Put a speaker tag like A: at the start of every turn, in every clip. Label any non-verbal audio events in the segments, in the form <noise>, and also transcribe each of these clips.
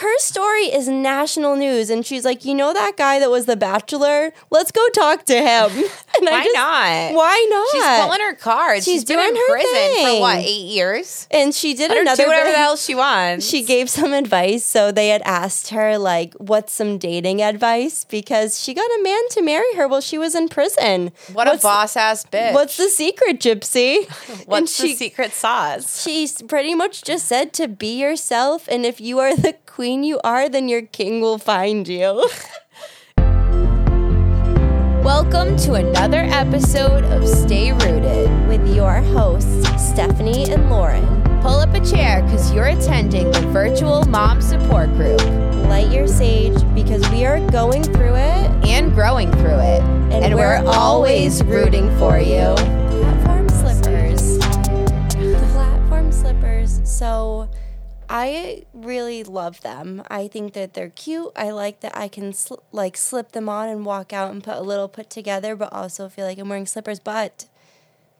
A: her story is national news, and she's like, you know that guy that was the bachelor? Let's go talk to him. <laughs> And
B: Why not?
A: Why not?
B: She's pulling her cards. She's,
A: She's
B: been in
A: doing her
B: prison for what,
A: thing.
B: eight years?
A: and she did
B: Let her
A: another
B: do whatever
A: bit-
B: the hell she wants.
A: she gave some advice. So they had asked her, like, what's some dating advice? Because she got a man to marry her while she was in prison.
B: what
A: What's-
B: a boss ass bitch.
A: What's the secret, Gypsy?
B: <laughs> What's
A: And
B: the
A: she-
B: secret sauce?
A: She s- pretty much just said to be yourself, and if you are the queen you are, then your king will find you. <laughs>
B: Welcome to another episode of Stay Rooted.
A: With your hosts, Stephanie and Lauren.
B: Pull up a chair because you're attending the virtual mom support group
A: Light your sage because we are going through it.
B: and growing through it. And, we're, always rooting for you.
A: Platform slippers. Platform slippers. So I really love them. I think that they're cute. I like that I can sl- like slip them on and walk out and put a little put together, but also feel like I'm wearing slippers. But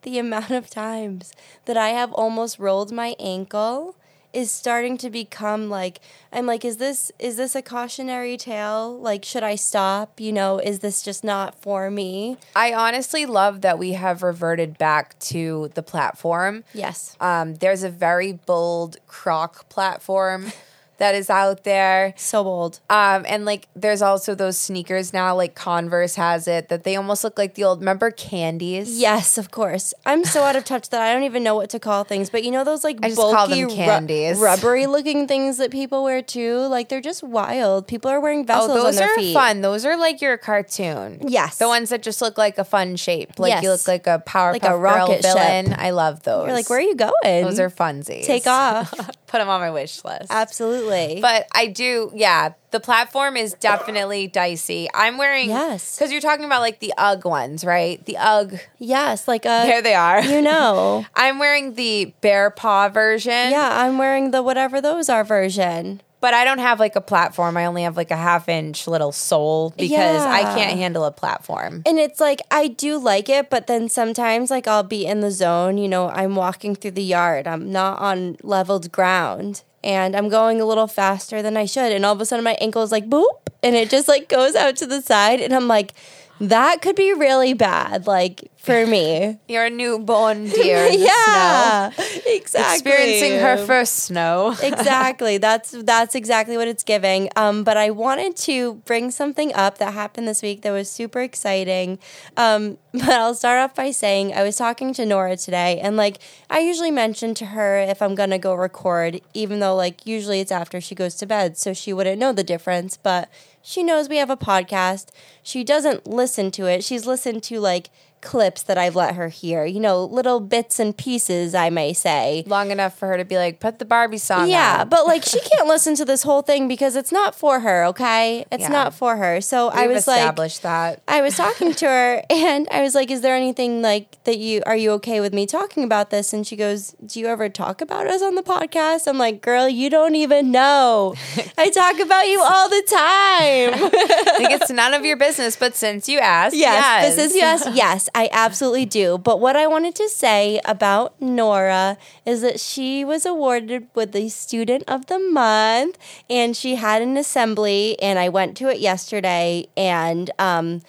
A: the <laughs> amount of times that I have almost rolled my ankle is starting to become like I'm like is this is this a cautionary tale like should I stop you know is this just not for me
B: I honestly love that we have reverted back to the platform.
A: yes
B: Um, there's a very bold croc platform <laughs> that is out there.
A: so bold
B: Um, and like there's also those sneakers now, like Converse has it, that they almost look like the old remember candies?
A: Yes, of course. I'm so out of touch that I don't even know what to call things. But you know those like
B: I just
A: bulky,
B: call them
A: ru-
B: candies.
A: rubbery looking things that people wear too. Like they're just wild. People are wearing
B: Oh,
A: vessels on
B: those
A: their
B: are
A: feet.
B: fun. Those are like your cartoon.
A: Yes.
B: The ones that just look like a fun shape. Like you
A: Yes.
B: look like a Powerpuff
A: a
B: Girl
A: rocket ship.
B: villain. I love those.
A: You're like, where are you going?
B: Those are funsies.
A: Take off.
B: <laughs> Put them on my wish list.
A: Absolutely.
B: But I do, yeah. The platform is definitely dicey. I'm wearing
A: Yes.
B: because you're talking about like the UGG ones, right? The UGG.
A: yes, like a
B: There they are.
A: you
B: <laughs>
A: know.
B: I'm wearing the bear paw version.
A: yeah, I'm wearing the whatever those are version.
B: But I don't have like a platform. I only have like a half inch little sole because I
A: Yeah.
B: can't handle a platform.
A: And it's like I do like it, but then sometimes like I'll be in the zone, you know, I'm walking through the yard. I'm not on leveled ground and I'm going a little faster than I should and all of a sudden my ankle is like boop and it just like goes out to the side and I'm like that could be really bad like for me.
B: You're
A: <laughs>
B: a newborn deer in the
A: yeah.
B: snow.
A: Exactly.
B: Experiencing her first snow.
A: exactly. That's that's exactly what it's giving. Um, but I wanted to bring something up that happened this week that was super exciting. Um, <laughs> but I'll start off by saying I was talking to Nora today, and like I usually mention to her if I'm gonna go record, even though like usually it's after she goes to bed, so she wouldn't know the difference. But she knows we have a podcast. She doesn't listen to it. She's listened to like clips that I've let her hear, you know, little bits and pieces, I may say.
B: Long enough for her to be like, put the Barbie song
A: Yeah,
B: on.
A: but like she can't listen to this whole thing because it's not for her, okay? It's
B: Yeah.
A: not for her. So I
B: We've
A: was like
B: established that.
A: I was talking to her <laughs> and I was like, "Is there anything like that you are you okay with me talking about this?" And she goes, "Do you ever talk about us on the podcast?" I'm like, "Girl, you don't even know. I talk about you all the time."
B: I think it's none of your business, but since
A: <laughs>
B: you asked,
A: yes, this is yes, yes, I absolutely do. But what I wanted to say about Nora is that she was awarded with the Student of the Month, and she had an assembly, and I went to it yesterday, and um,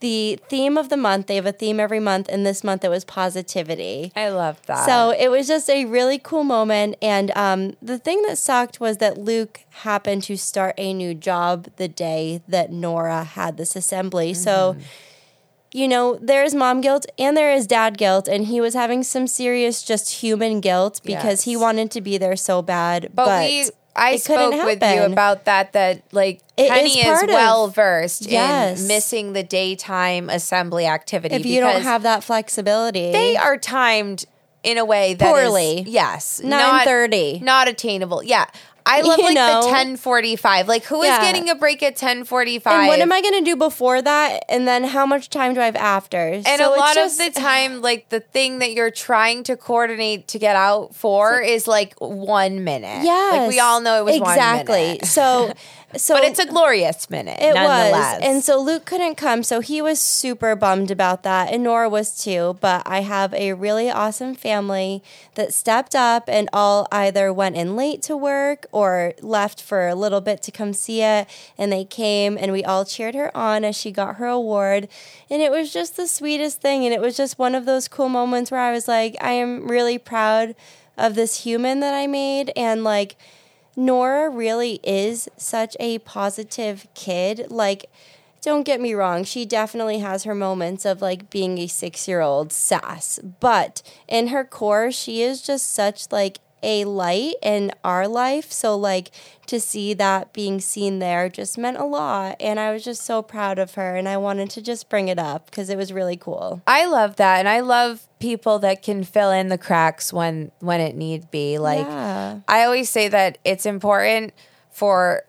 A: the theme of the month they have a theme every month, and this month it was positivity.
B: I love that.
A: So it was just a really cool moment. And um, the thing that sucked was that Luke happened to start a new job the day that Nora had this assembly. So,
B: Mm-hmm.
A: you know, there is mom guilt and there is dad guilt. And he was having some serious just human guilt because he
B: Yes.
A: wanted to be there so bad.
B: But,
A: But,
B: we, I
A: it couldn't
B: spoke with you
A: happen.
B: about that. That like
A: It is
B: Penny is,
A: part of-
B: well versed
A: Yes.
B: in missing the daytime assembly activity.
A: if you don't
B: because
A: have that flexibility,
B: they are timed in a way that is-
A: Poorly.
B: yes, not-
A: 9:30.
B: not, attainable. Yeah, I love
A: You
B: like
A: know?
B: the ten forty five. Like who is
A: Yeah.
B: getting a break at ten forty five?
A: and what am I going to do before that? And then how much time do I have after?
B: And
A: So
B: a
A: it's
B: lot
A: just-
B: of the time, like the thing that you're trying to coordinate to get out for is like one minute.
A: Yes.
B: Like we all know it was
A: exactly.
B: <laughs> one minute.
A: so So
B: but it's a glorious minute.
A: It was.
B: nonetheless.
A: And so Luke couldn't come. So he was super bummed about that. And Nora was too. But I have a really awesome family that stepped up and all either went in late to work or left for a little bit to come see it. And they came and we all cheered her on as she got her award. And it was just the sweetest thing. And it was just one of those cool moments where I was like, I am really proud of this human that I made. And like, Nora really is such a positive kid. Like, don't get me wrong, she definitely has her moments of like being a six year old sass, but in her core, she is just such like a light in our life. So, like, to see that being seen there just meant a lot. And I was just so proud of her. And I wanted to just bring it up because it was really cool.
B: I love that, and I love people that can fill in the cracks when when it need be. Like
A: Yeah.
B: I always say that it's important for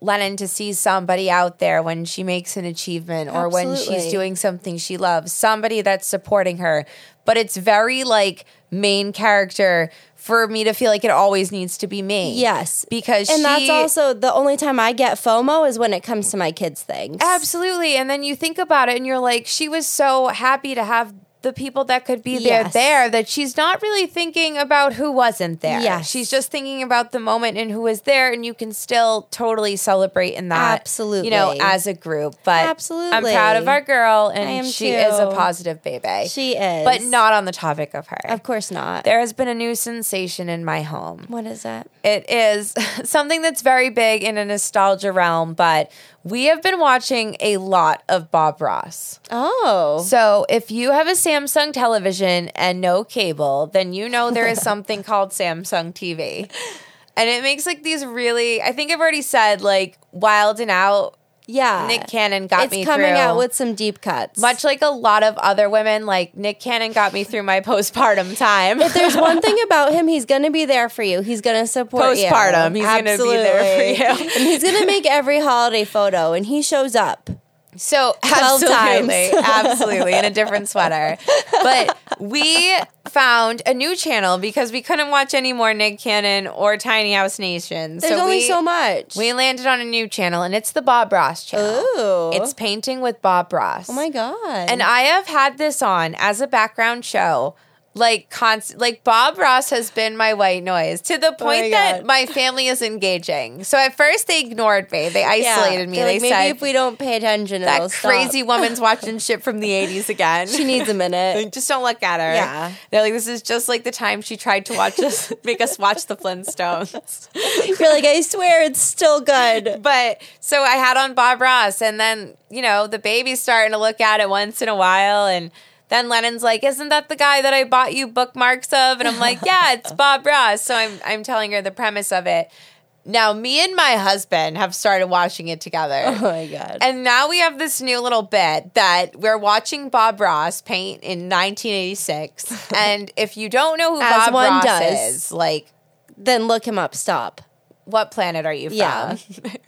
B: Lennon to see somebody out there when she makes an achievement or when she's
A: Absolutely.
B: doing something she loves, somebody that's supporting her. But it's very like main character for me to feel like it always needs to be me.
A: Yes.
B: because
A: And that's
B: she-
A: also the only time I get FOMO is when it comes to my kids' things.
B: Absolutely. And then you think about it and you're like, she was so happy to have the people that could be there
A: Yes.
B: there that she's not really thinking about who wasn't there.
A: Yes.
B: She's just thinking about the moment and who was there and you can still totally celebrate in that. You know,
A: Absolutely.
B: as a group. But I'm
A: Absolutely.
B: proud of our girl and
A: I am
B: she is a
A: too.
B: positive baby.
A: She is.
B: But not on the topic of her.
A: Of course not.
B: there has been a new sensation in my home.
A: What is that?
B: It is <laughs> something that's very big in a nostalgia realm, but we have been watching a lot of Bob Ross.
A: Oh.
B: So, if you have a Samsung television and no cable, then you know
A: <laughs>
B: there is something called Samsung TV. And it makes like these really, I think I've already said, like Wild and Out,
A: yeah.
B: Nick Cannon got
A: it's
B: me
A: coming
B: through.
A: out with some deep cuts.
B: much like a lot of other women, like Nick Cannon got me through my <laughs> postpartum time.
A: If <laughs> there's one thing about him, he's going to be there for you. He's going to support you.
B: <laughs> Postpartum, he's gonna be there for
A: Absolutely.
B: you.
A: <laughs> and he's going to make every holiday photo, and he shows up. <laughs>
B: So
A: 12
B: absolutely,
A: times. <laughs>
B: absolutely, in a different sweater. But we found a new channel because we couldn't watch any more Nick Cannon or Tiny House Nation.
A: There's only
B: we,
A: so much.
B: We landed on a new channel, and it's the Bob Ross channel.
A: Ooh.
B: It's painting with Bob Ross.
A: oh my God.
B: And I have had this on as a background show. Like constant, like Bob Ross has been my white noise to the point
A: Oh my
B: that
A: God.
B: my family is engaging. So at first they ignored me, they
A: Yeah.
B: isolated me.
A: They're
B: They
A: like, maybe
B: said,
A: if we don't pay attention, it'll
B: that
A: stop." <laughs>
B: crazy woman's watching shit from the 80s again.
A: She needs a minute.
B: Like, <laughs> just don't look at her.
A: Yeah.
B: They're like, this is just like the time she tried to watch us, <laughs> make us watch the Flintstones.
A: You're like, I swear it's still good.
B: But so I had on Bob Ross, and then, you know, the baby's starting to look at it once in a while. And then Lennon's like, Isn't that the guy that I bought you bookmarks of? And I'm like,
A: <laughs>
B: Yeah, it's Bob Ross. So I'm, I'm telling her the premise of it. Now, me and my husband have started watching it together.
A: <laughs> Oh my God.
B: And now we have this new little bit that we're watching Bob Ross paint
A: <laughs>
B: in 1986. and if you don't know who
A: As
B: Bob
A: one
B: Ross
A: does.
B: is, like,
A: then look him up. Stop.
B: what planet are you from? <laughs>
A: Yeah.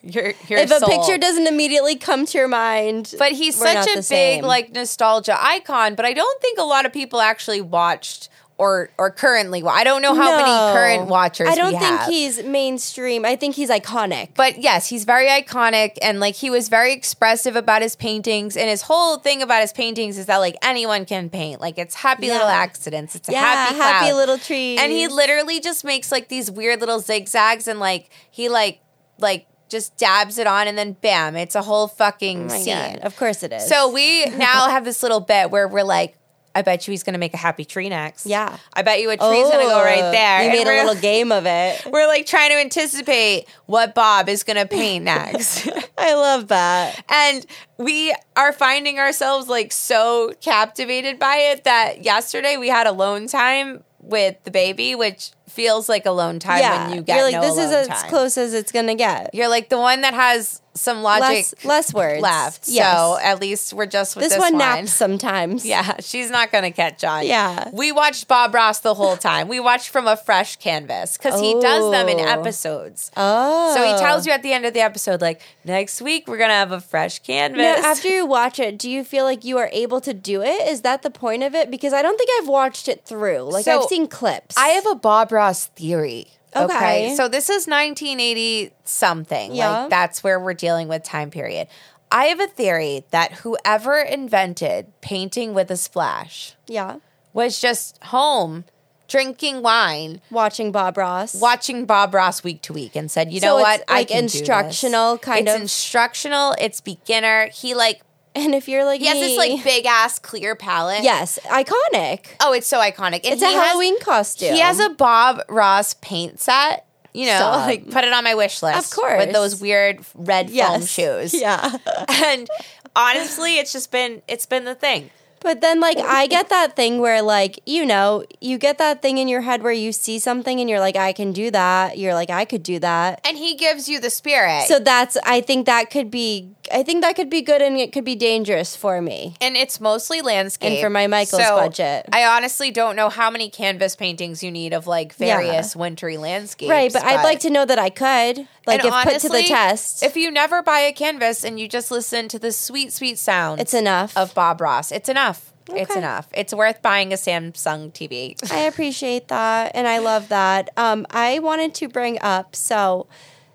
B: your your
A: if a
B: soul.
A: picture doesn't immediately come to your mind,
B: but he's
A: we're
B: such
A: not
B: a
A: the
B: big
A: same.
B: like nostalgia icon. But I don't think a lot of people actually watched or or currently. wa- I don't know how many
A: No.
B: current watchers.
A: I don't
B: we
A: think
B: have.
A: he's mainstream. I think he's iconic.
B: But yes, he's very iconic and like he was very expressive about his paintings. And his whole thing about his paintings is that like anyone can paint. Like it's happy
A: Yeah.
B: little accidents. It's a
A: yeah,
B: happy
A: happy,
B: cloud.
A: little tree.
B: And he literally just makes like these weird little zigzags and like he like like just dabs it on and then bam, it's a whole fucking
A: Oh my
B: scene.
A: God. Of course it is.
B: So we now have this little bit where we're like, I bet you he's gonna make a happy tree next.
A: Yeah.
B: I bet you a tree's gonna go right there.
A: Oh, You
B: And
A: made
B: we're-
A: a little game of
B: <laughs>
A: it.
B: we're like trying to anticipate what Bob is gonna
A: <laughs>
B: paint next.
A: I love that.
B: and we are finding ourselves like so captivated by it that yesterday we had alone time with the baby, which feels like alone time
A: yeah,
B: when you get
A: you're like
B: no
A: this is
B: alone
A: as
B: time.
A: close as it's gonna get.
B: You're like the one that has some logic
A: Less, less words
B: left.
A: Yes.
B: So at least we're just with
A: this,
B: this,
A: one naps sometimes.
B: <laughs> Yeah, she's not going to catch on.
A: Yeah.
B: We watched Bob Ross the whole time. We watched from a fresh canvas because he does them in
A: Oh.
B: episodes.
A: Oh.
B: So he tells you at the end of the episode, like, next week we're going to have a fresh canvas.
A: Now, after you watch it, do you feel like you are able to do it? Is that the point of it? Because I don't think I've watched it through. Like
B: So,
A: I've seen clips.
B: I have a Bob Ross theory. Okay.
A: Okay.
B: So this is 1980 something.
A: Yeah.
B: Like that's where we're dealing with time period. I have a theory that whoever invented painting with a splash
A: Yeah.
B: was just home drinking wine,
A: Watching Bob Ross.
B: watching Bob Ross week to week, and said, "You
A: So
B: know
A: it's
B: what?
A: like
B: can do this."
A: instructional kind
B: it's
A: of-
B: instructional. It's beginner. He like
A: <laughs> and if you're like
B: he has
A: me,
B: this like big ass clear palette.
A: yes, iconic.
B: Oh, it's so iconic. And
A: It's a
B: he has-
A: Halloween costume.
B: He has a Bob Ross paint set. You know,
A: Stop.
B: like put it on my wish list.
A: Of course.
B: With those weird red
A: <laughs>
B: foam <laughs> shoes.
A: Yeah.
B: And honestly, it's just been it's been the thing.
A: But then, like, I get that thing where, like, you know, you get that thing in your head where you see something and you're like, I can do that. You're like, I could do that.
B: And he gives you the spirit.
A: So that's, I think that could be, I think that could be good and it could be dangerous for me.
B: and it's mostly landscape.
A: And for my Michaels budget.
B: I honestly don't know how many canvas paintings you need of like
A: Yeah.
B: various wintry landscapes.
A: Right. But, I'd like to know that I could, like, if
B: and
A: put to the
B: honestly,
A: test,
B: If you never buy a canvas and you just listen to the sweet, sweet sound
A: it's enough.
B: of Bob Ross, it's enough. It's
A: Okay.
B: enough. It's worth buying a Samsung TV.
A: I appreciate that and I love that. Um, I wanted to bring up so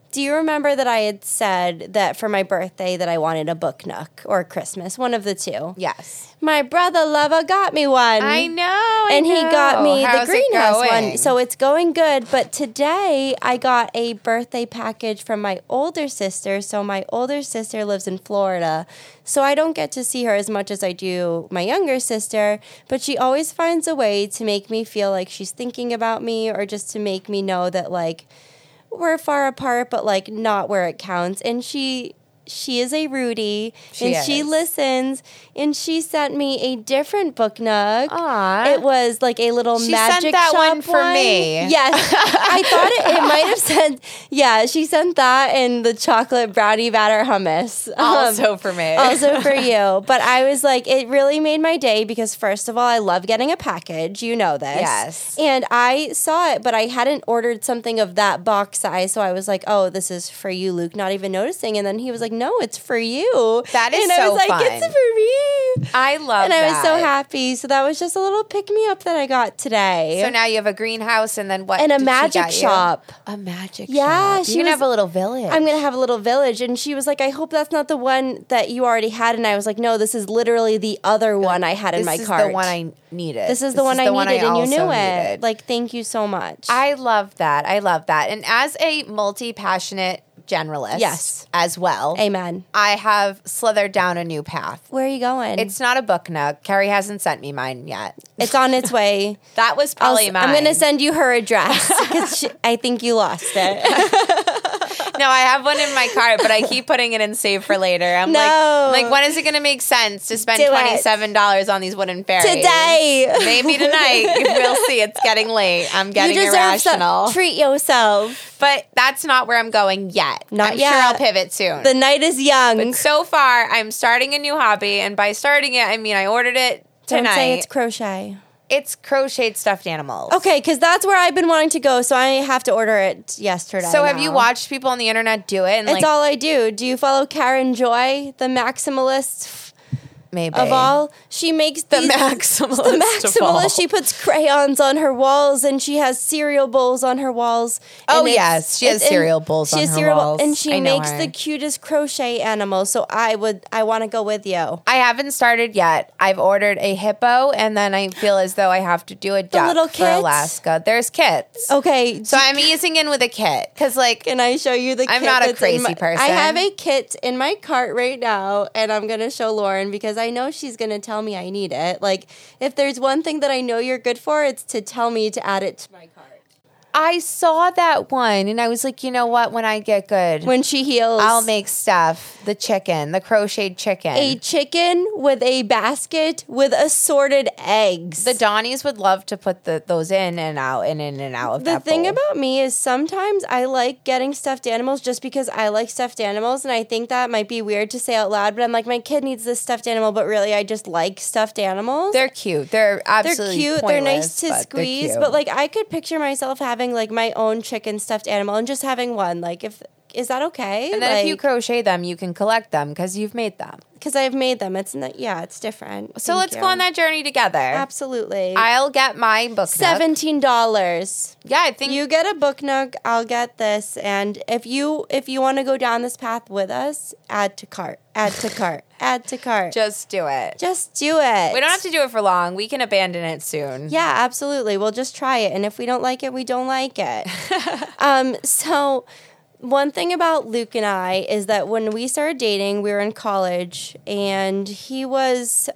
A: do you remember that I had said that for my birthday that I wanted a book nook or Christmas, one of the two?
B: Yes.
A: My brother lover got me one.
B: I know. I
A: Mm-hmm. And he
B: know.
A: got me
B: How's
A: the
B: it
A: greenhouse one.
B: going?
A: So it's going good. But today I got a birthday package from my older sister. So my older sister lives in Florida. So I don't get to see her as much as I do my younger sister. But she always finds a way to make me feel like she's thinking about me or just to make me know that, like, we're far apart, but like not where it counts. And she she is a Rudy,
B: She
A: and she
B: is.
A: listens. And she sent me a different book nook.
B: Aw.
A: It was like a little
B: She
A: magic
B: sent that
A: shop
B: one for me.
A: Yes,
B: <laughs>
A: I thought it, it might have sent. Yeah, she sent that and the chocolate brownie batter hummus. Um,
B: also for me.
A: also
B: <laughs>
A: for you. But I was like, it really made my day because first of all, I love getting a package. You know this.
B: Yes.
A: And I saw it, but I hadn't ordered something of that box size. So I was like, oh, this is for you, Luke, not even noticing. And then he was like, no, it's for you.
B: That is
A: And I
B: so
A: was like,
B: fun.
A: it's for me.
B: I love
A: And I was so
B: that.
A: happy. So that was just a little pick me up that I got today.
B: So now you have a greenhouse and then what?
A: and a
B: did she
A: magic
B: get you?
A: shop.
B: A magic
A: Yeah,
B: shop.
A: she
B: you can
A: was-
B: have a little village.
A: I'm gonna have a little village. And she was like, I hope that's not the one that you already had. And I was like, No, this is literally the other one I had in
B: this
A: my
B: is
A: cart.
B: the one I needed.
A: this is the one I needed, and you
B: also
A: knew it.
B: needed.
A: Like, thank you so much.
B: I love that. I love that. And as a multi passionate generalist,
A: Yes.
B: as well,
A: Amen.
B: I have slithered down a new path.
A: Where are you going?
B: It's not a book nook. Carrie hasn't sent me mine yet.
A: it's on its
B: <laughs>
A: way.
B: That was
A: I'll
B: probably
A: s-
B: mine.
A: I'm gonna send you her
B: <laughs>
A: address because I think you lost it.
B: No, I have one in my cart, but I keep putting it in save for later. I'm
A: No.
B: like, I'm like when is it going to make sense to spend
A: Do it.
B: twenty seven dollars on these wooden fairies
A: <laughs> Today,
B: Maybe
A: <laughs>
B: tonight. we'll see. It's getting late. I'm
A: you
B: getting
A: deserve
B: irrational.
A: some. Treat yourself.
B: but that's not where I'm going yet.
A: Not
B: I'm
A: yet.
B: sure I'll pivot soon.
A: The night is young.
B: so far, I'm starting a new hobby, and by starting it, I mean I ordered it
A: Don't
B: tonight.
A: say it's
B: it's,
A: crochet.
B: crocheted stuffed animals.
A: Okay, because that's where I've been wanting to go. So I have to order it yesterday.
B: So have you
A: now.
B: watched people on the internet do it? And
A: It's
B: like,
A: all I do. Do you follow Karen Joy, the maximalist f-
B: maybe
A: of all? She makes
B: <laughs> the
A: these-
B: maximalist.
A: The
B: of all.
A: maximalist. She puts crayons on her walls, and she has cereal bowls on her walls.
B: Oh,
A: and it's-
B: yes. She has
A: it's- and
B: cereal bowls on her walls.
A: and she
B: I know
A: makes
B: her.
A: the cutest crochet animals. So I would, I want to go with you.
B: I haven't started yet. I've ordered a hippo, and then I feel as though I have to do a duck
A: little
B: for
A: kits? Oh,
B: Alaska. There's kits,
A: Okay,
B: so I'm easing in with a kit because, like,
A: Can I show you the
B: I'm
A: kit?
B: not a
A: that's in
B: crazy
A: my-
B: person.
A: I have a kit in my cart right now, and I'm going to show Lauren because I know she's going to tell me I need it. Like, if there's one thing that I know you're good for, it's to tell me to add it to my cart.
B: I saw that one, and I was like, you know what? When I get good,
A: When she heals,
B: I'll make stuff. The chicken, the crocheted chicken.
A: a chicken with a basket with assorted eggs.
B: the Donnies would love to put the, those in and out and in and out of
A: the
B: that
A: thing
B: bowl.
A: about me is sometimes I like getting stuffed animals just because I like stuffed animals, and I think that might be weird to say out loud. But I'm like, my kid needs this stuffed animal, but really, I just like stuffed animals.
B: they're cute. They're
A: they're
B: absolutely
A: cute. They're nice
B: pointless,
A: to
B: but they're
A: squeeze,
B: cute.
A: but like I could picture myself having like my own chicken stuffed animal and just having one. Like if is that okay?
B: And then if you crochet them, you can collect them because you've made them.
A: because I've made them, it's not, yeah, it's different.
B: So
A: Thank
B: let's
A: you.
B: go on that journey together.
A: Absolutely,
B: I'll get my book. Nook.
A: seventeen dollars.
B: Yeah, I think
A: You get a book nook. I'll get this. And if you if you want to go down this path with us, add to cart. Add to cart. add to cart. Just,
B: just do it.
A: do it.
B: We don't have to do it for long. We can abandon it soon.
A: Yeah, absolutely. We'll just try it, and if we don't like it, we don't like it. um, so. One thing about Luke and I is that when we started dating, we were in college, and he was,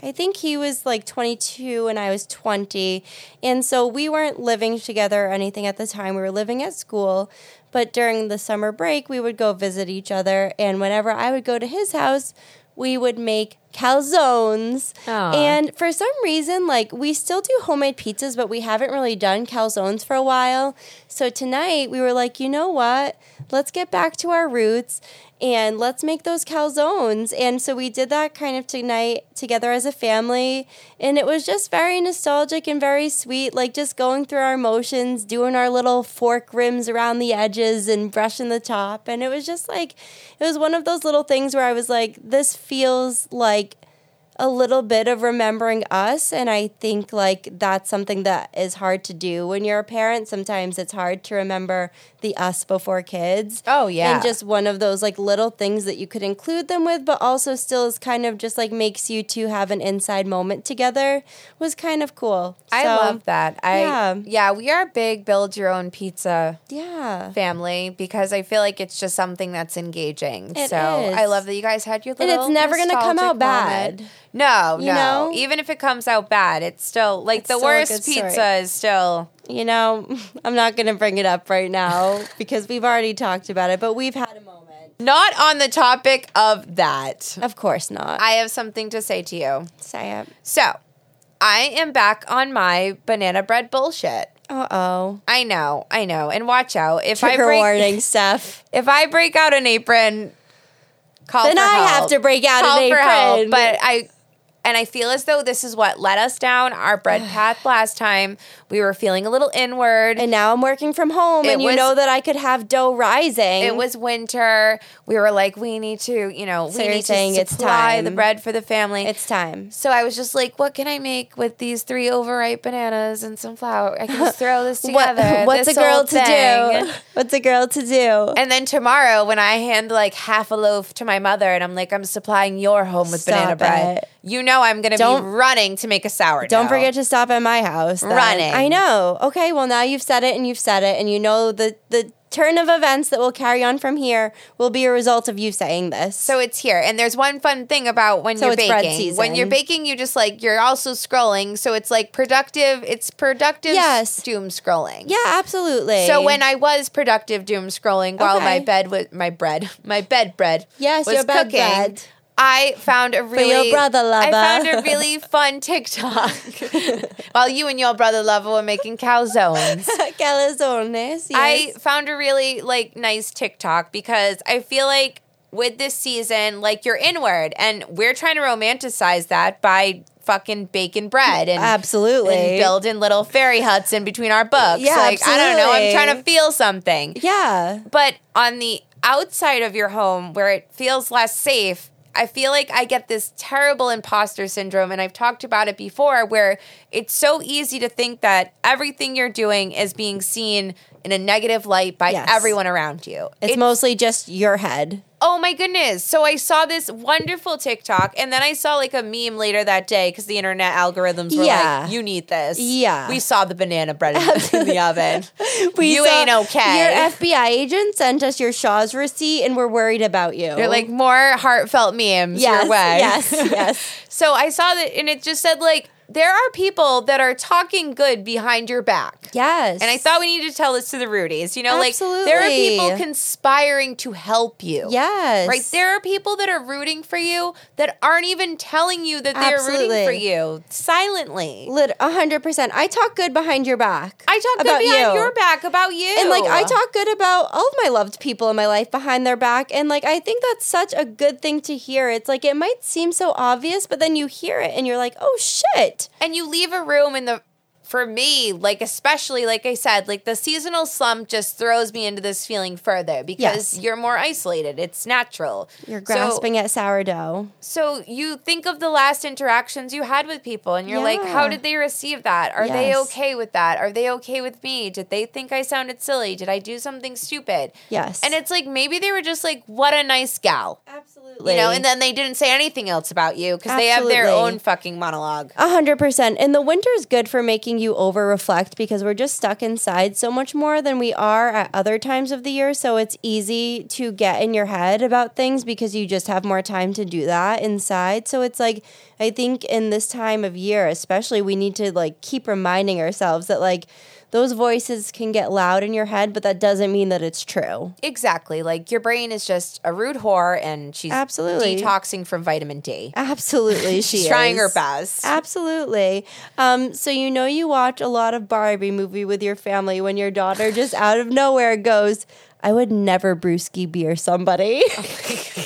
A: I think he was like 22 and I was 20. And so we weren't living together or anything at the time. We were living at school, but during the summer break, we would go visit each other. And whenever I would go to his house, we would make calzones.
B: Aw.
A: And for some reason, like we still do homemade pizzas, but we haven't really done calzones for a while. So tonight we were like, you know what? Let's get back to our roots and let's make those calzones. And so we did that kind of tonight together as a family. And it was just very nostalgic and very sweet, like just going through our emotions, doing our little fork rims around the edges and brushing the top. And it was just like, it was one of those little things where I was like, this feels like a little bit of remembering us and i think like that's something that is hard to do when you're a parent sometimes it's hard to remember the us before kids
B: Oh, yeah.
A: and just one of those like little things that you could include them with but also still is kind of just like makes you two have an inside moment together was kind of cool
B: I
A: So,
B: love that. I
A: yeah.
B: yeah. we are a big build your own pizza
A: yeah
B: family because I feel like it's just something that's engaging.
A: It
B: so
A: is.
B: I love that you guys had your
A: And
B: little
A: it's never gonna come
B: nostalgic
A: out
B: moment.
A: bad.
B: No,
A: You
B: no.
A: know?
B: Even if it comes out bad, it's still like
A: It's
B: the
A: still a
B: worst
A: good story.
B: pizza is still
A: you know <laughs> i'm not gonna bring it up right
B: <laughs>
A: now because we've already talked about it but we've had a moment
B: not on the topic of that.
A: of course not
B: I have something to say to you.
A: say it
B: So, I am back on my banana bread bullshit.
A: uh-oh
B: I know, I know. And watch out if I
A: trigger
B: break
A: warning stuff
B: if I break out an apron, call
A: then
B: for
A: I
B: help.
A: have to break out
B: call
A: an apron.
B: for help. But I and I feel as though this is what led us down
A: <sighs>
B: our bread path last time. We were feeling a little inward.
A: and now I'm working from home,
B: It
A: and you
B: was-
A: know that I could have dough rising.
B: it was winter. We were like, we need to, you know,
A: So
B: we
A: you're
B: need
A: saying
B: to
A: it's
B: supply the
A: time.
B: bread for the family.
A: It's time.
B: so I was just like, what can I make with these three overripe bananas and some flour? I can just throw
A: <laughs>
B: this
A: What,
B: together.
A: what's a
B: this
A: girl
B: whole
A: to <laughs>
B: thing. <laughs>
A: do? What's a girl to do?
B: And then tomorrow, when I hand like half a loaf to my mother, and I'm like, I'm supplying your home with
A: Stop
B: banana bread.
A: it.
B: You know, I'm gonna
A: Don't-
B: be running to make a sourdough.
A: Don't forget to stop at my house. then.
B: Running.
A: I know. Okay, well now you've said it and you've said it, and you know the the turn of events that will carry on from here will be a result of you saying this.
B: So it's here, and there's one fun thing about when
A: So
B: you're
A: it's
B: baking.
A: bread
B: When you're
A: season.
B: baking, you just like you're also scrolling, so it's like productive. It's productive
A: Yes.
B: doom scrolling.
A: yeah, absolutely.
B: So when I was productive doom scrolling while my
A: Okay.
B: bed was my bread, <laughs> my bed bread.
A: Yes,
B: was
A: your bed bread.
B: I found a really
A: your brother lover. <laughs>
B: I found a really fun TikTok <laughs> while you and your brother lover were
A: <laughs>
B: making calzones.
A: calzones, yes.
B: I found a really like nice TikTok because I feel like with this season, like you're inward, and we're trying to romanticize that by fucking baking bread and
A: absolutely
B: and building little fairy huts in between our books.
A: Yeah,
B: like I don't know, I'm
A: absolutely.
B: trying to feel something.
A: Yeah,
B: But on the outside of your home where it feels less safe, I feel like I get this terrible imposter syndrome and I've talked about it before where it's so easy to think that everything you're doing is being seen in a negative light by
A: Yes.
B: everyone around you.
A: it's
B: It-
A: mostly just your head.
B: oh my goodness. So I saw this wonderful TikTok and then I saw like a meme later that day because the internet algorithms were
A: Yeah.
B: like, you need this.
A: Yeah.
B: We saw the banana bread
A: <laughs>
B: in the oven.
A: <laughs> We
B: You ain't okay.
A: Your FBI agent sent us your Shaw's receipt, and we're worried about you.
B: They're like more heartfelt memes
A: yes,
B: your way. <laughs>
A: yes, yes.
B: So I saw that, and it just said like there are people that are talking good behind your back.
A: Yes.
B: And I thought we needed to tell this to the Rudies. You know, like there are
A: Absolutely.
B: people conspiring to help you.
A: yes.
B: Right? There are people that are rooting for you that aren't even telling you that they're rooting
A: Absolutely.
B: for you silently.
A: Lit- 100%. I talk good behind your back.
B: I talk good behind your back about you.
A: And like I talk good about all of my loved people in my life behind their back and like I think that's such a good thing to hear. It's like it might seem so obvious but then you hear it and you're like, "Oh shit."
B: and you leave a room and the for me, like especially like I said, like the seasonal slump just throws me into this feeling further because
A: Yes.
B: you're more isolated. It's natural.
A: You're
B: So-
A: grasping at sourdough.
B: So, you think of the last interactions you had with people and you're like,
A: Yeah.
B: how did they receive that? Are they
A: Yes.
B: okay with that? Are they okay with me? Did they think I sounded silly? Did I do something stupid?
A: Yes.
B: And it's like maybe they were just like, what a nice gal.
A: absolutely.
B: You know, and then they didn't say anything else about you because they have their
A: Absolutely.
B: own fucking monologue.
A: A hundred percent. And the winter's good for making you over reflect because we're just stuck inside so much more than we are at other times of the year. So it's easy to get in your head about things because you just have more time to do that inside. So it's like I think in this time of year, especially, we need to like keep reminding ourselves that like those voices can get loud in your head, but that doesn't mean that it's true.
B: Exactly. Like your brain is just a rude whore and she's
A: Absolutely.
B: detoxing from vitamin D.
A: Absolutely, she
B: <laughs> She's trying her
A: is.
B: best.
A: Absolutely. Um, so you know you watch a lot of Barbie movie with your family when your daughter just out of nowhere goes, "I would never brewski beer somebody." <laughs>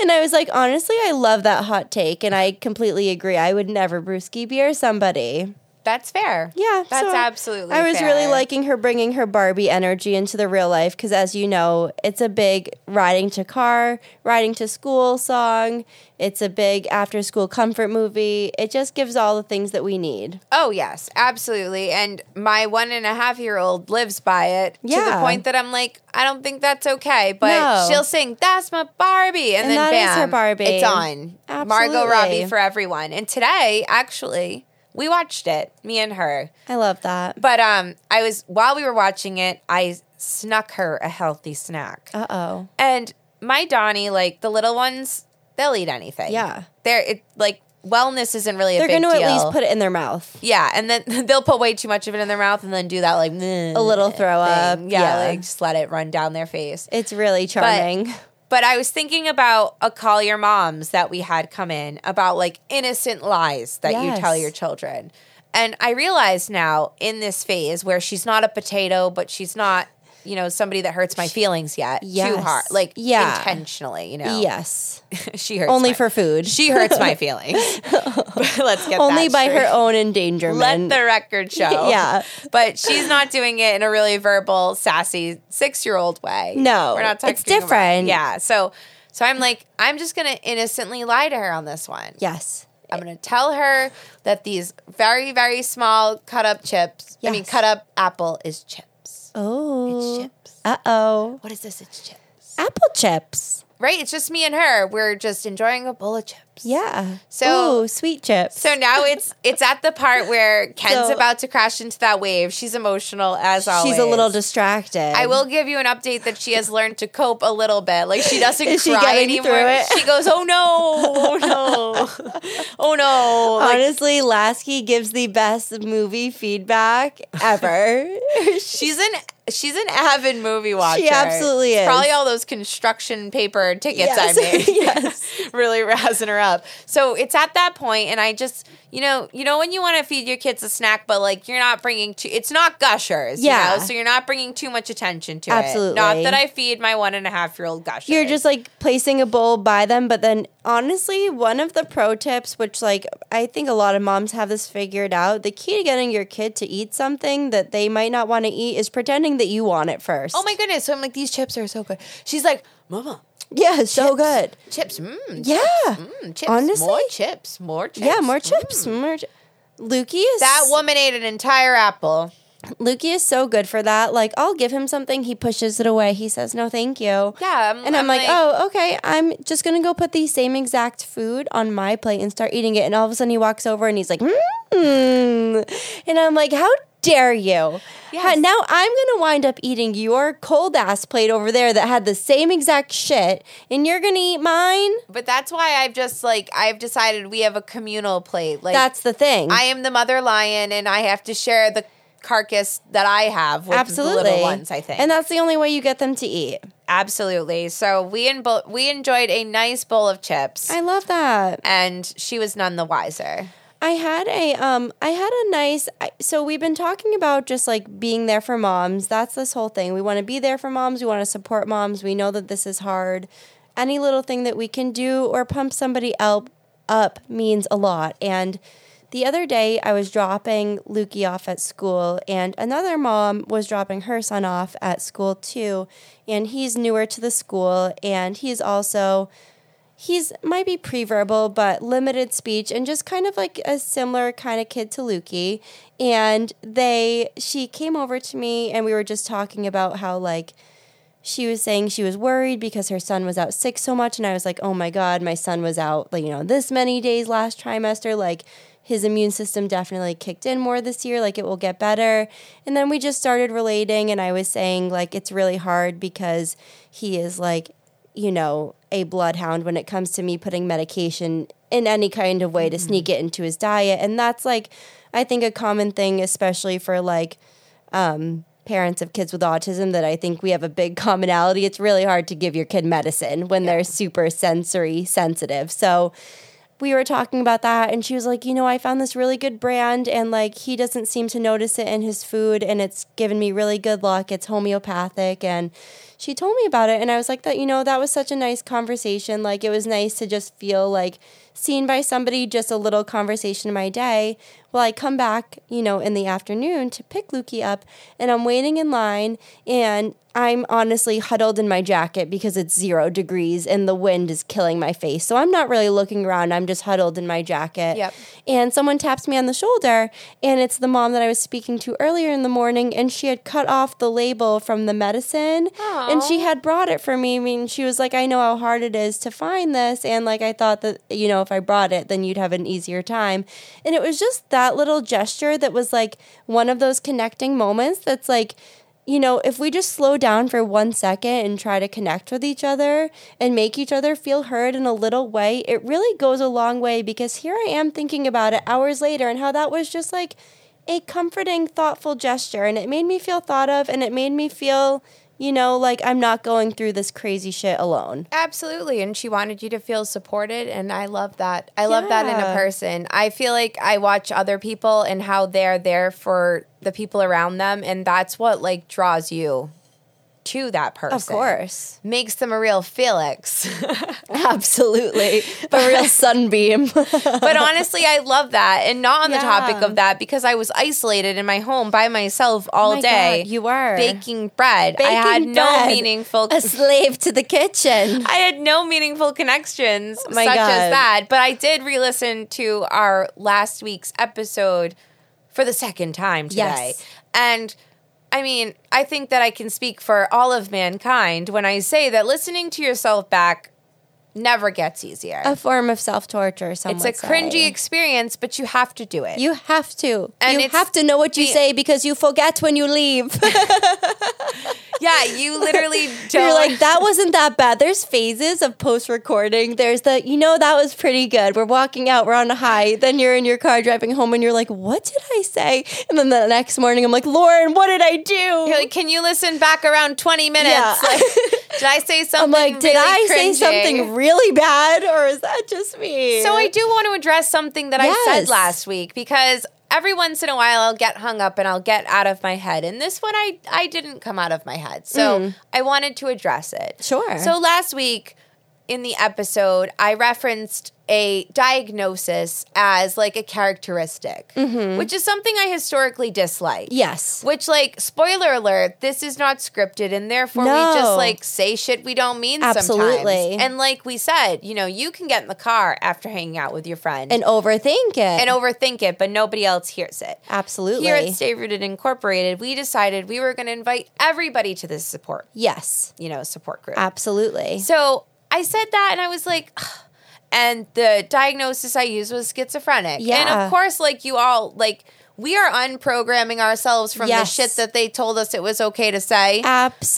A: and I was like, honestly, I love that hot take, and I completely agree. I would never brewski beer somebody.
B: That's fair.
A: Yeah,
B: That's
A: so
B: absolutely
A: I was
B: fair.
A: really liking her bringing her Barbie energy into the real life because, as you know, it's a big riding to car, riding to school song. It's a big after school comfort movie. It just gives all the things that we need.
B: Oh, yes, absolutely. And my one and a half year old lives by it to the
A: Yeah.
B: point that I'm like, I don't think that's okay. But
A: No.
B: she'll sing, That's my Barbie. And,
A: And
B: then
A: that is
B: bam,
A: her Barbie.
B: It's on. Margot
A: Absolutely.
B: Robbie for everyone. And today, actually, we watched it, me and her.
A: I love that.
B: But um, I was, while we were watching it, I snuck her a healthy snack.
A: Uh oh.
B: And my Donnie, like the little ones, they'll eat anything.
A: Yeah.
B: They're it, like, wellness isn't really a
A: They're
B: big
A: going to at
B: deal.
A: least put it in their mouth.
B: Yeah, and then <laughs> they'll put way too much of it in their mouth and then do that like a
A: little throw up,
B: Yeah,
A: yeah.
B: like just let it run down their face.
A: It's really charming.
B: But I was thinking about a call your moms that we had come in about like innocent lies that you tell
A: Yes.
B: your children. And I realize now in this phase where she's not a potato, but she's not, you know, somebody that hurts my feelings yet too
A: Yes.
B: hard, like
A: Yeah.
B: intentionally, you know.
A: Yes.
B: <laughs> she hurts
A: Only
B: my-
A: for food. <laughs>
B: she hurts my feelings. <laughs> Let's get
A: Only
B: that
A: by
B: straight.
A: her own endangerment.
B: Let
A: <laughs>
B: the record show.
A: Yeah.
B: But she's not doing it in a really verbal, sassy six year old way.
A: No,
B: We're not talking
A: it's different.
B: Yeah. So so I'm like, I'm just gonna innocently lie to her on this one.
A: yes.
B: I'm gonna tell her that these very, very small cut up chips I mean
A: Yes.
B: cut up apple is chips.
A: Oh.
B: chips.
A: Uh oh.
B: What is this? It's chips.
A: Apple chips.
B: Right? It's just me and her. We're just enjoying a bowl of chips.
A: Yeah.
B: So-
A: Ooh, sweet chips.
B: So now it's it's at the part where Ken's
A: So-
B: about to crash into that wave. She's emotional as always.
A: She's a little distracted.
B: I will give you an update that she has learned to cope a little bit. Like she
A: <laughs>
B: doesn't
A: Is she
B: cry
A: getting through
B: anymore.
A: it?
B: She goes, "Oh no, oh no, oh
A: <laughs>
B: no!" Like,
A: Honestly, Lasky gives the best movie feedback
B: <laughs>
A: ever. <laughs>
B: she's an she's an avid movie watcher.
A: absolutely
B: It's
A: is.
B: Probably all those construction paper tickets
A: Yes.
B: I made.
A: <laughs> Yes.
B: <laughs> really razzing her up. So it's at that point, and I just you know you know when you want to feed your kids a snack, but like you're not bringing too, it's not gushers. you
A: Yeah.
B: know? So you're not bringing too much attention to it.
A: Absolutely.
B: Not that I feed my one and a half year old gushers.
A: You're just like placing a bowl by them, but then honestly, one of the pro tips, which like I think a lot of moms have this figured out, the key to getting your kid to eat something that they might not want to eat is pretending that you want it first.
B: Oh my goodness. So I'm like, these chips are so good. She's like, Mama,
A: yeah, it's so good.
B: chips, mmm,
A: Yeah,
B: mmm, chips,
A: Honestly?
B: more chips, more chips.
A: yeah, more
B: mm."
A: chips, more. Ch- Lukey is
B: That woman ate an entire apple.
A: Lukey is so good for that. Like, I'll give him something. He pushes it away. He says, no, thank you.
B: Yeah, I'm-
A: and I'm,
B: I'm
A: like,
B: like-
A: oh, okay. I'm just going to go put the same exact food on my plate and start eating it. And all of a sudden he walks over and he's like, mm And I'm like, how dare you? Yeah.
B: Yes.
A: Now I'm going to wind up eating your cold ass plate over there that had the same exact shit. And you're going to eat mine?
B: But that's why I've just like, I've decided we have a communal plate. Like,
A: That's the thing.
B: I am the mother lion and I have to share the carcass that I have with
A: Absolutely.
B: the little ones, I think.
A: And that's the only way you get them to eat.
B: Absolutely. So we, en- we enjoyed a nice bowl of chips.
A: I love that.
B: and she was none the wiser.
A: I had a um I had a nice I, so we've been talking about just like being there for moms. That's this whole thing. We want to be there for moms. We want to support moms. We know that this is hard. Any little thing that we can do or pump somebody up up means a lot and The other day, I was dropping Lukey off at school, and another mom was dropping her son off at school too. And he's newer to the school, and he's also he's might be preverbal but limited speech and just kind of like a similar kind of kid to Lukey. And they she came over to me and we were just talking about how like she was saying she was worried because her son was out sick so much and I was like, "Oh my god, my son was out like you know this many days last trimester like his immune system definitely kicked in more this year like it will get better." And then we just started relating and I was saying like it's really hard because he is like you know, a bloodhound when it comes to me putting medication in any kind of way to sneak it into his diet. And that's like, I think, a common thing, especially for like um, parents of kids with autism, that I think we have a big commonality. It's really hard to give your kid medicine when they're super sensory sensitive. So, we were talking about that and she was like, "You know, I found this really good brand and like he doesn't seem to notice it in his food and it's given me really good luck. It's homeopathic." And she told me about it and I was like, "That, you know, that was such a nice conversation. Like it was nice to just feel like seen by somebody, just a little conversation in my day." Well, I come back, you know, in the afternoon to pick Lukey up and I'm waiting in line and I'm honestly huddled in my jacket because it's zero degrees and the wind is killing my face. So I'm not really looking around. I'm just huddled in my jacket.
B: Yep.
A: And someone taps me on the shoulder, and it's the mom that I was speaking to earlier in the morning, and she had cut off the label from the medicine, and she had brought it for me. I mean, she was like, "I know how hard it is to find this, and like I thought that you know if I brought it, then you'd have an easier time." And it was just that little gesture that was like one of those connecting moments. That's like. You know, if we just slow down for one second and try to connect with each other and make each other feel heard in a little way, it really goes a long way because here I am thinking about it hours later and how that was just like a comforting, thoughtful gesture. And it made me feel thought of and it made me feel, you know, like I'm not going through this crazy shit alone.
B: Absolutely. And she wanted you to feel supported. And I love that. I love that in
A: Yeah.
B: a person. I feel like I watch other people and how they're there for the people around them. And that's what like draws you to that person.
A: Of course.
B: Makes them a real Felix.
A: <laughs>
B: <laughs>
A: <laughs> Absolutely. a real <laughs> sunbeam.
B: but honestly, I love that. And not on the topic
A: Yeah.
B: of that because I was isolated in my home by myself all
A: my
B: day.
A: God, you were.
B: baking bread. I
A: Baking
B: had no
A: bread.
B: meaningful
A: <laughs> a slave to the kitchen.
B: <laughs> I had no meaningful connections
A: Oh my
B: such as
A: God.
B: that. But I did re listen to our last week's episode for the second time today.
A: Yes.
B: And I mean, I think that I can speak for all of mankind when I say that listening to yourself back never gets easier.
A: A form of self torture, some
B: it's a
A: would
B: cringy
A: say.
B: experience, but you have to do it.
A: You have to.
B: And
A: you
B: it's
A: have to know what you
B: the-
A: say because you forget when you leave.
B: <laughs> yeah, you literally
A: <laughs>
B: don't.
A: You're like, that wasn't that bad. There's phases of post recording. There's the, you know, that was pretty good. We're walking out, we're on a high. Then you're in your car driving home and you're like, what did I say? And then the next morning, I'm like, Lauren, what did I do?
B: You're like, can you listen back around 20 minutes?
A: Yeah.
B: <laughs> Like, did I say something?
A: I'm like, did
B: really
A: I say
B: cringy?"
A: something really bad or is that just me?
B: So I do want to address something that I said
A: Yes.
B: last week because every once in a while I'll get hung up and I'll get out of my head. And this one I I didn't come out of my head. So I wanted to address it.
A: Hmm. Sure.
B: So last week in the episode I referenced a diagnosis as like a characteristic,
A: Mm-hmm.
B: which is something I historically dislike.
A: Yes.
B: Which, like, spoiler alert, this is not scripted, and therefore we
A: No.
B: just like say shit we don't mean
A: Absolutely.
B: sometimes. And like we said, you know, you can get in the car after hanging out with your friend
A: And overthink it.
B: and overthink it, but nobody else hears it.
A: Absolutely.
B: Here at Stay Rooted Incorporated, we decided we were going to invite everybody to this support,
A: yes.
B: you know, support group.
A: Absolutely.
B: So I said that and I was like, "Ugh." and the diagnosis I used was schizophrenic. And
A: Yeah.
B: of course, like you all, like, we are unprogramming ourselves from
A: Yes.
B: the shit that they told us it was okay to say,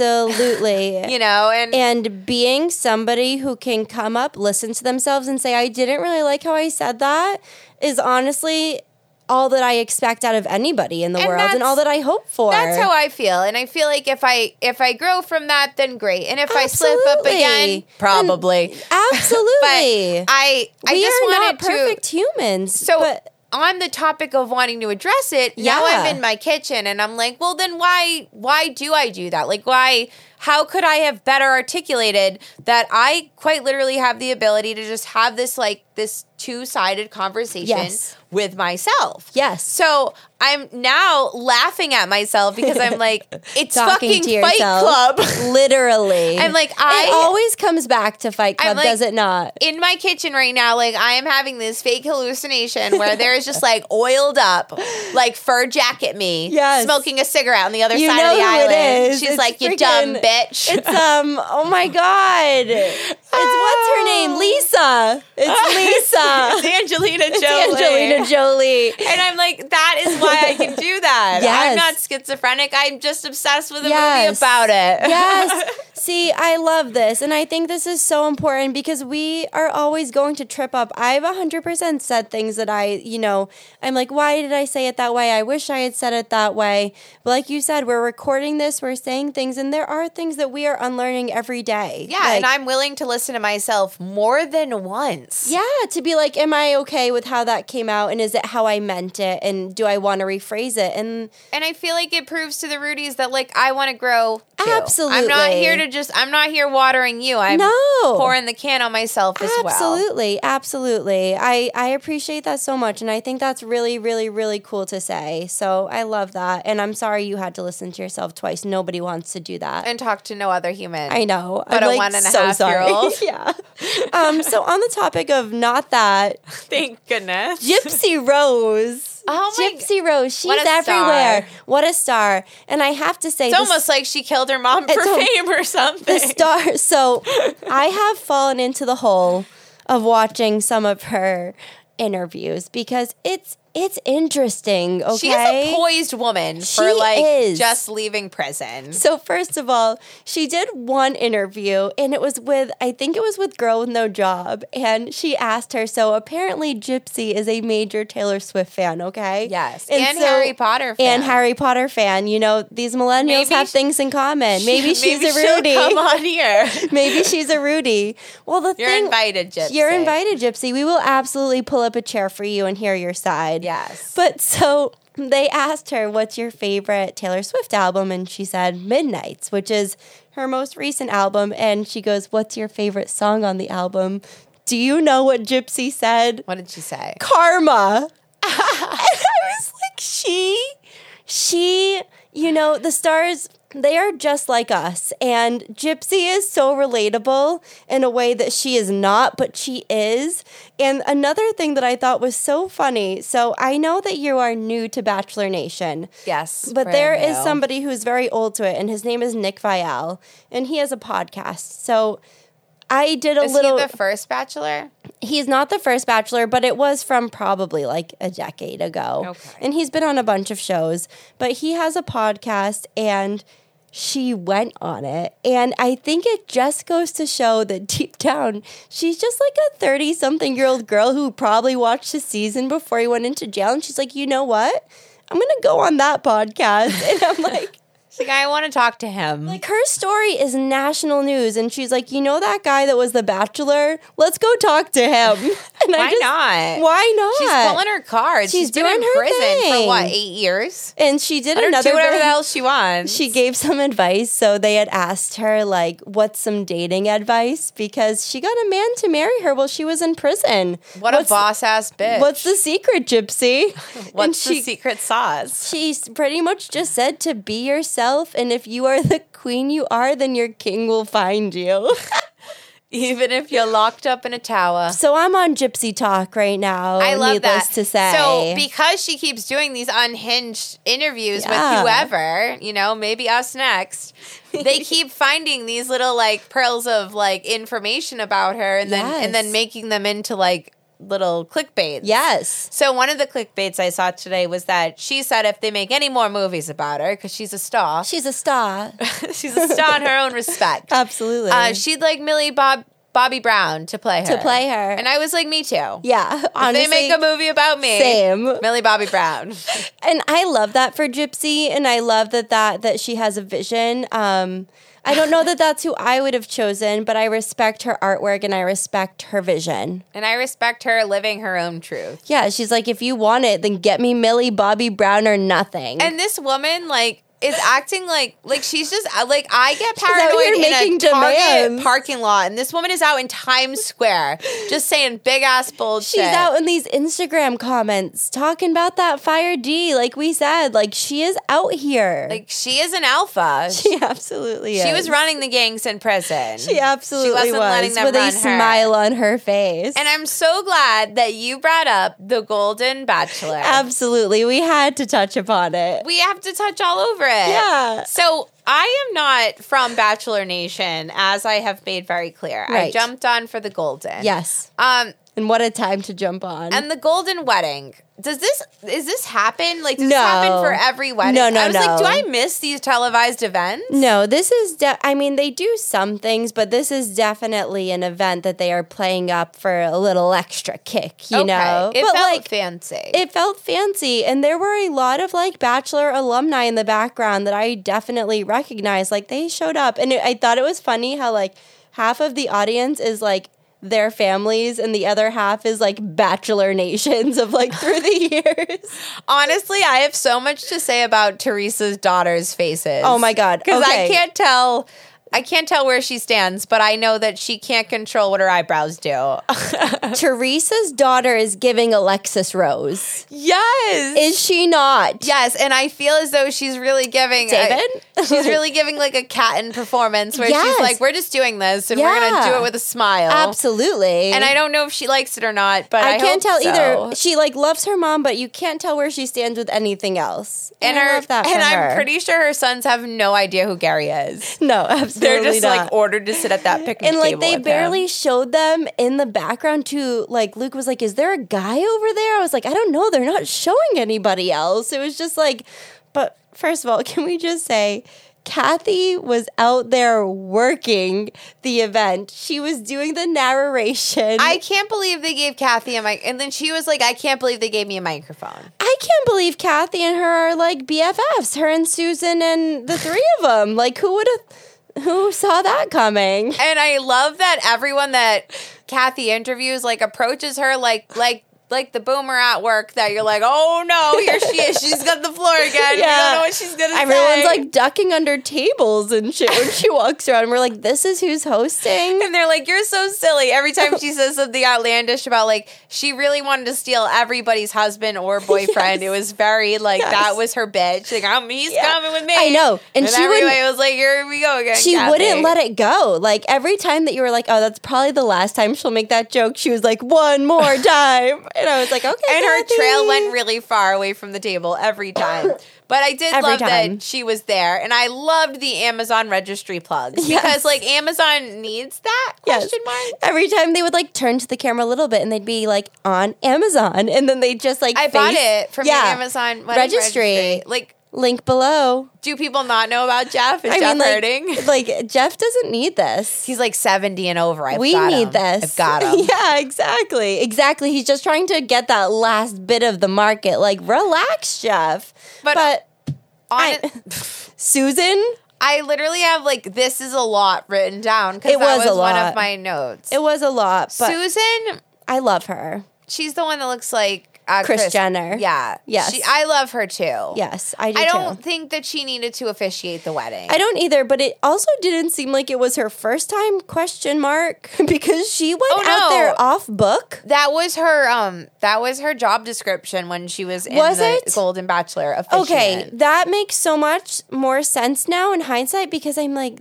A: Absolutely.
B: you know, and,
A: and being somebody who can come up, listen to themselves, and say, I didn't really like how I said that is honestly all that I expect out of anybody in the
B: And
A: world and
B: that's-
A: all that I hope for.
B: that's how I <laughs> feel. And I feel like if I if I grow from that, then great. And if I slip up
A: Absolutely.
B: again,
A: And-
B: probably. But
A: Absolutely.
B: I I
A: we
B: just
A: are
B: wanted
A: not
B: to
A: perfect humans.
B: So
A: but
B: on the topic of wanting to address it, now
A: Yeah.
B: I'm in my kitchen and I'm like, well, then why why do I do that? Like, why how could I have better articulated that I quite literally have the ability to just have this like this two-sided conversation
A: Yes.
B: with myself.
A: Yes.
B: So I'm now laughing at myself because
A: <laughs>
B: I'm like, it's
A: Talking
B: fucking
A: to
B: Fight
A: yourself.
B: Club.
A: <laughs>
B: <laughs>
A: Literally.
B: I'm like,
A: It
B: I-
A: always comes back to Fight
B: I'm
A: Club,
B: like-
A: does it not?
B: in my kitchen right now, like I am having this fake hallucination where there is just like oiled up, like fur jacket me,
A: Yes.
B: smoking a cigarette on the other
A: You
B: side
A: know
B: of the
A: who it
B: island.
A: is.
B: She's
A: It's
B: like, "You dumb
A: freaking-
B: bitch." <laughs>
A: It's um oh my god. It's what's her
B: <laughs>
A: name? Lisa. It's
B: It's
A: Lisa.
B: Angelina Jolie.
A: It's Angelina Jolie.
B: And I'm like, that is why I can do that.
A: Yes.
B: I'm not schizophrenic. I'm just obsessed with a
A: Yes.
B: movie about it.
A: Yes. See, I love this. And I think this is so important because we are always going to trip up. I've 100% said things that I, you know, I'm like, why did I say it that way? I wish I had said it that way. But like you said, we're recording this, we're saying things, and there are things that we are unlearning every day.
B: <laughs> yeah,
A: Like-
B: and I'm willing to listen to myself more than once.
A: Yeah, to be like, am I okay with how that came out? And is it how I meant it? And do I want to rephrase it? And
B: And I feel like it proves to the Rudies that like I want to grow. too. I'm not
A: Absolutely.
B: here to just. I'm not here watering you. I'm
A: no.
B: pouring the can on myself as well.
A: absolutely, absolutely. I, I appreciate that so much. And I think that's really, really, really cool to say. So I love that. And I'm sorry you had to listen to yourself twice. Nobody wants to do that.
B: And talk to no other human.
A: I know.
B: But
A: I'm
B: a
A: like,
B: one and a
A: so
B: half year
A: sorry.
B: old.
A: <laughs> yeah. Um, so on the topic of not that,
B: Thank goodness. <laughs>
A: Gypsy Rose.
B: Oh my g-
A: Gypsy Rose. She's
B: What a
A: everywhere.
B: star.
A: What a star. And I have to say
B: It's
A: this-
B: almost like she killed her mom for
A: It's al-
B: fame or something.
A: the <laughs> star. So I have fallen into the hole of watching some of her interviews because it's it's interesting. Okay,
B: She is a poised woman for
A: She
B: like
A: is.
B: just leaving prison.
A: so first of all, she did one interview and it was with I think it was with Girl with No Job and she asked her so apparently Gypsy is a major Taylor Swift fan, okay?
B: Yes,
A: And,
B: and
A: so-
B: Harry Potter fan.
A: And
B: <laughs>
A: Harry Potter fan, you know, these millennials
B: Maybe
A: have
B: sh-
A: things in
B: <laughs>
A: common. Maybe she's a
B: she'll
A: Rudy.
B: Come on here.
A: <laughs> Maybe she's a Rudy. Well, the
B: You're
A: thing
B: invited, Gypsy.
A: You're invited, Gypsy. We will absolutely pull up a chair for you and hear your side.
B: Yes.
A: But so they asked her, What's your favorite Taylor Swift album? And she said, Midnights, which is her most recent album. And she goes, What's your favorite song on the album? Do you know what Gypsy said?
B: What did she say?
A: Karma. <laughs> and I was like, She, she, you know, the stars. They are just like us. And Gypsy is so relatable in a way that she is not, but she is. And another thing that I thought was so funny so I know that you are new to Bachelor Nation.
B: Yes,
A: But
B: brand
A: there is
B: new.
A: somebody who's very old to it, and his name is Nick Vial, and he has a podcast. So I did a
B: Is
A: little.
B: he the first bachelor?
A: he's not the first Bachelor, but it was from probably like a decade ago.
B: Okay.
A: And he's been on a bunch of shows, but he has a podcast and she went on it. And I think it just goes to show that deep down, she's just like a 30 something year old girl who probably watched the season before he went into jail. And she's like, you know what? I'm going to go on that podcast. <laughs> And I'm like,
B: She's like, I want to talk to him.
A: like her story is national news, and she's like, you know that guy that was the Bachelor? Let's go talk to him. <laughs> And
B: Why not?
A: Why not?
B: She's pulling her cards.
A: She's
B: She's been
A: doing
B: in
A: her
B: prison for what
A: thing.
B: eight years.
A: and she did
B: Let her
A: another.
B: do whatever
A: bit-
B: the hell she wants.
A: <laughs> she gave some advice. So they had asked her like, "What's some dating advice?" Because she got a man to marry her while she was in prison.
B: what a
A: what's,
B: boss ass bitch.
A: What's the secret, Gypsy? and
B: <laughs> What's
A: she
B: the secret sauce? <laughs>
A: she s- pretty much just said to be yourself, and if you are the queen you are, then your king will find
B: <laughs>
A: you.
B: Even if you're locked up in a tower.
A: So I'm on Gypsy Talk right now.
B: I love
A: needless
B: that.
A: to say.
B: So because she keeps doing these unhinged interviews
A: Yeah.
B: with whoever, you know, maybe us next,
A: <laughs>
B: they keep finding these little like pearls of like information about her and then
A: Yes.
B: and then making them into like little clickbait.
A: yes.
B: So one of the clickbaits I saw today was that she said if they make any more movies about her because she's a star, <laughs>
A: She's a star.
B: she's a star in her own respect.
A: Absolutely.
B: Uh, she'd like Millie Bob Bobby Brown to play her
A: to play her.
B: and I was like, me too.
A: yeah. Honestly.
B: they make a movie about me.
A: same.
B: Millie Bobby Brown. <laughs>
A: And I love that for Gypsy and I love that that that she has a vision. Um I don't know that that's who I would have chosen, but I respect her artwork and I respect her vision.
B: and I respect her living her own truth.
A: Yeah, she's like if you want it, then get me Millie Bobby Brown or nothing.
B: And this woman, like, is acting like like she's just uh, like I get
A: out here
B: paranoid in
A: making
B: a Target
A: demands.
B: parking lot, and this woman is out in Times Square just saying big ass bullshit.
A: She's out in these Instagram comments talking about that fire D, like we said. Like she is out here.
B: Like she is an alpha.
A: <laughs>
B: She,
A: she absolutely is.
B: was running the gangs in prison.
A: She absolutely
B: wasn't
A: was
B: letting them
A: with
B: run
A: a
B: her.
A: smile on her face.
B: and I'm so glad that you brought up the Golden Bachelor.
A: absolutely, we had to touch upon it.
B: we have to touch all over it.
A: Yeah.
B: So I am not from Bachelor Nation, as I have made very clear. I
A: Right.
B: jumped on for the Golden.
A: yes,
B: Um,
A: and what a time to jump on.
B: and the Golden Wedding. Does this is this happen? Like does this happen
A: No.
B: for every wedding?
A: No, no,
B: I was like, do
A: no.
B: I miss these televised events?
A: no, this is. De- I mean, they do some things, but this is definitely an event that they are playing up for a little extra kick. You
B: Okay.
A: know,
B: it
A: but
B: felt
A: like
B: fancy.
A: it felt fancy and there were a lot of like bachelor alumni in the background that i definitely recognized like they showed up and it, i thought it was funny how like half of the audience is like their families and the other half is like bachelor nations of like through the <laughs> years
B: Honestly, I have so much to say about Teresa's daughter's faces.
A: Oh my God.
B: Because I
A: Okay.
B: can't tell. I can't tell where she stands, but I know that she can't control what her eyebrows do. <laughs>
A: teresa's daughter is giving alexis rose
B: yes.
A: is she not
B: Yes, and I feel as though she's really giving a-
A: David? <laughs>
B: she's really giving like a cat in performance where she's
A: Yes.
B: like, "We're just doing this, and we're gonna do
A: Yeah.
B: it with a smile."
A: absolutely
B: And I don't know if she likes it or not, but I,
A: I can't tell
B: hope so.
A: either. She like loves her mom, but you can't tell where she stands with anything else.
B: And,
A: And,
B: her,
A: I love that.
B: and
A: for
B: I'm
A: her.
B: pretty sure her sons have no idea who Gary is.
A: No, absolutely
B: They're just
A: not.
B: like ordered to sit at that picnic
A: and like
B: table
A: they
B: with him.
A: barely showed them in the background too. Like Luke was like, "Is there a guy over there?" I was like, "I don't know. They're not showing anybody else." It was just like, but first of all, <laughs> can we just say? Kathy was out there working the event. She was doing the narration.
B: I can't believe they gave Kathy a mic. And then she was like, I can't believe they gave me a microphone.
A: I can't believe Kathy and her are like BFFs. Her and Susan and the three of them. Like who would have? Who saw that coming?
B: And I love that everyone that Kathy interviews like approaches her like like like the boomer at work that you're like, oh no, here she is. She's got the floor again. We don't
A: Yeah.
B: know what she's gonna
A: Everyone's
B: say.
A: like ducking under tables and shit when she walks around. We're like, this is who's hosting.
B: and they're like, you're so silly. Every time she says something outlandish about like she really wanted to steal everybody's husband <laughs> or
A: Yes.
B: boyfriend, it was very like
A: Yes.
B: that was her bitch. Like, I'm, he's
A: Yeah.
B: coming with me.
A: I know. And she
B: everybody
A: wouldn't-
B: was like, here we go again.
A: She wouldn't
B: Kathy."
A: let it go. Like every time that you were like, oh, that's probably the last time she'll make that joke, she was like, one
B: <laughs>
A: more time. And I was like, okay.
B: and her
A: Kathy.
B: trail went really far away from the table
A: <clears throat>
B: every time. But I did
A: Every
B: love
A: time.
B: that she was there, and I loved the Amazon registry
A: <laughs>
B: plugs
A: Yes.
B: because, like, Amazon needs that
A: Yes.
B: question mark.
A: Every time they would like turn to the camera a little bit and they'd be like on Amazon. And then they just like
B: I bought
A: face-
B: it from
A: Yeah.
B: the Amazon wedding
A: Registry.
B: Like,
A: Link below.
B: do people not know about Jeff? Is
A: I
B: Jeff
A: mean, like,
B: hurting? <laughs>
A: Like Jeff doesn't need this.
B: He's like seventy and over. I've
A: we
B: got
A: need
B: him.
A: this. <laughs>
B: I've got <laughs> him.
A: Yeah, exactly. Exactly. He's just trying to get that last bit of the market. Like, relax, Jeff.
B: But-
A: But,
B: On-
A: I- Susan,
B: I literally have like this is a lot written down because
A: It
B: that was
A: was a
B: one of
A: lot.
B: my notes.
A: it was a lot, but
B: Susan
A: I love her.
B: She's the one that looks like uh,
A: Kris Jenner.
B: Yeah.
A: Yes.
B: She, I love her too.
A: Yes, I do
B: I
A: too.
B: don't think that she needed to officiate the wedding.
A: I don't either, but it also didn't seem like it was her first time question mark <laughs> because she went
B: Oh,
A: out
B: no.
A: there off book.
B: that was her. Um. That was her job description when she was in
A: Was
B: the
A: it?
B: Golden Bachelor.
A: Okay,
B: Officiant.
A: that makes so much more sense now in hindsight because I'm like,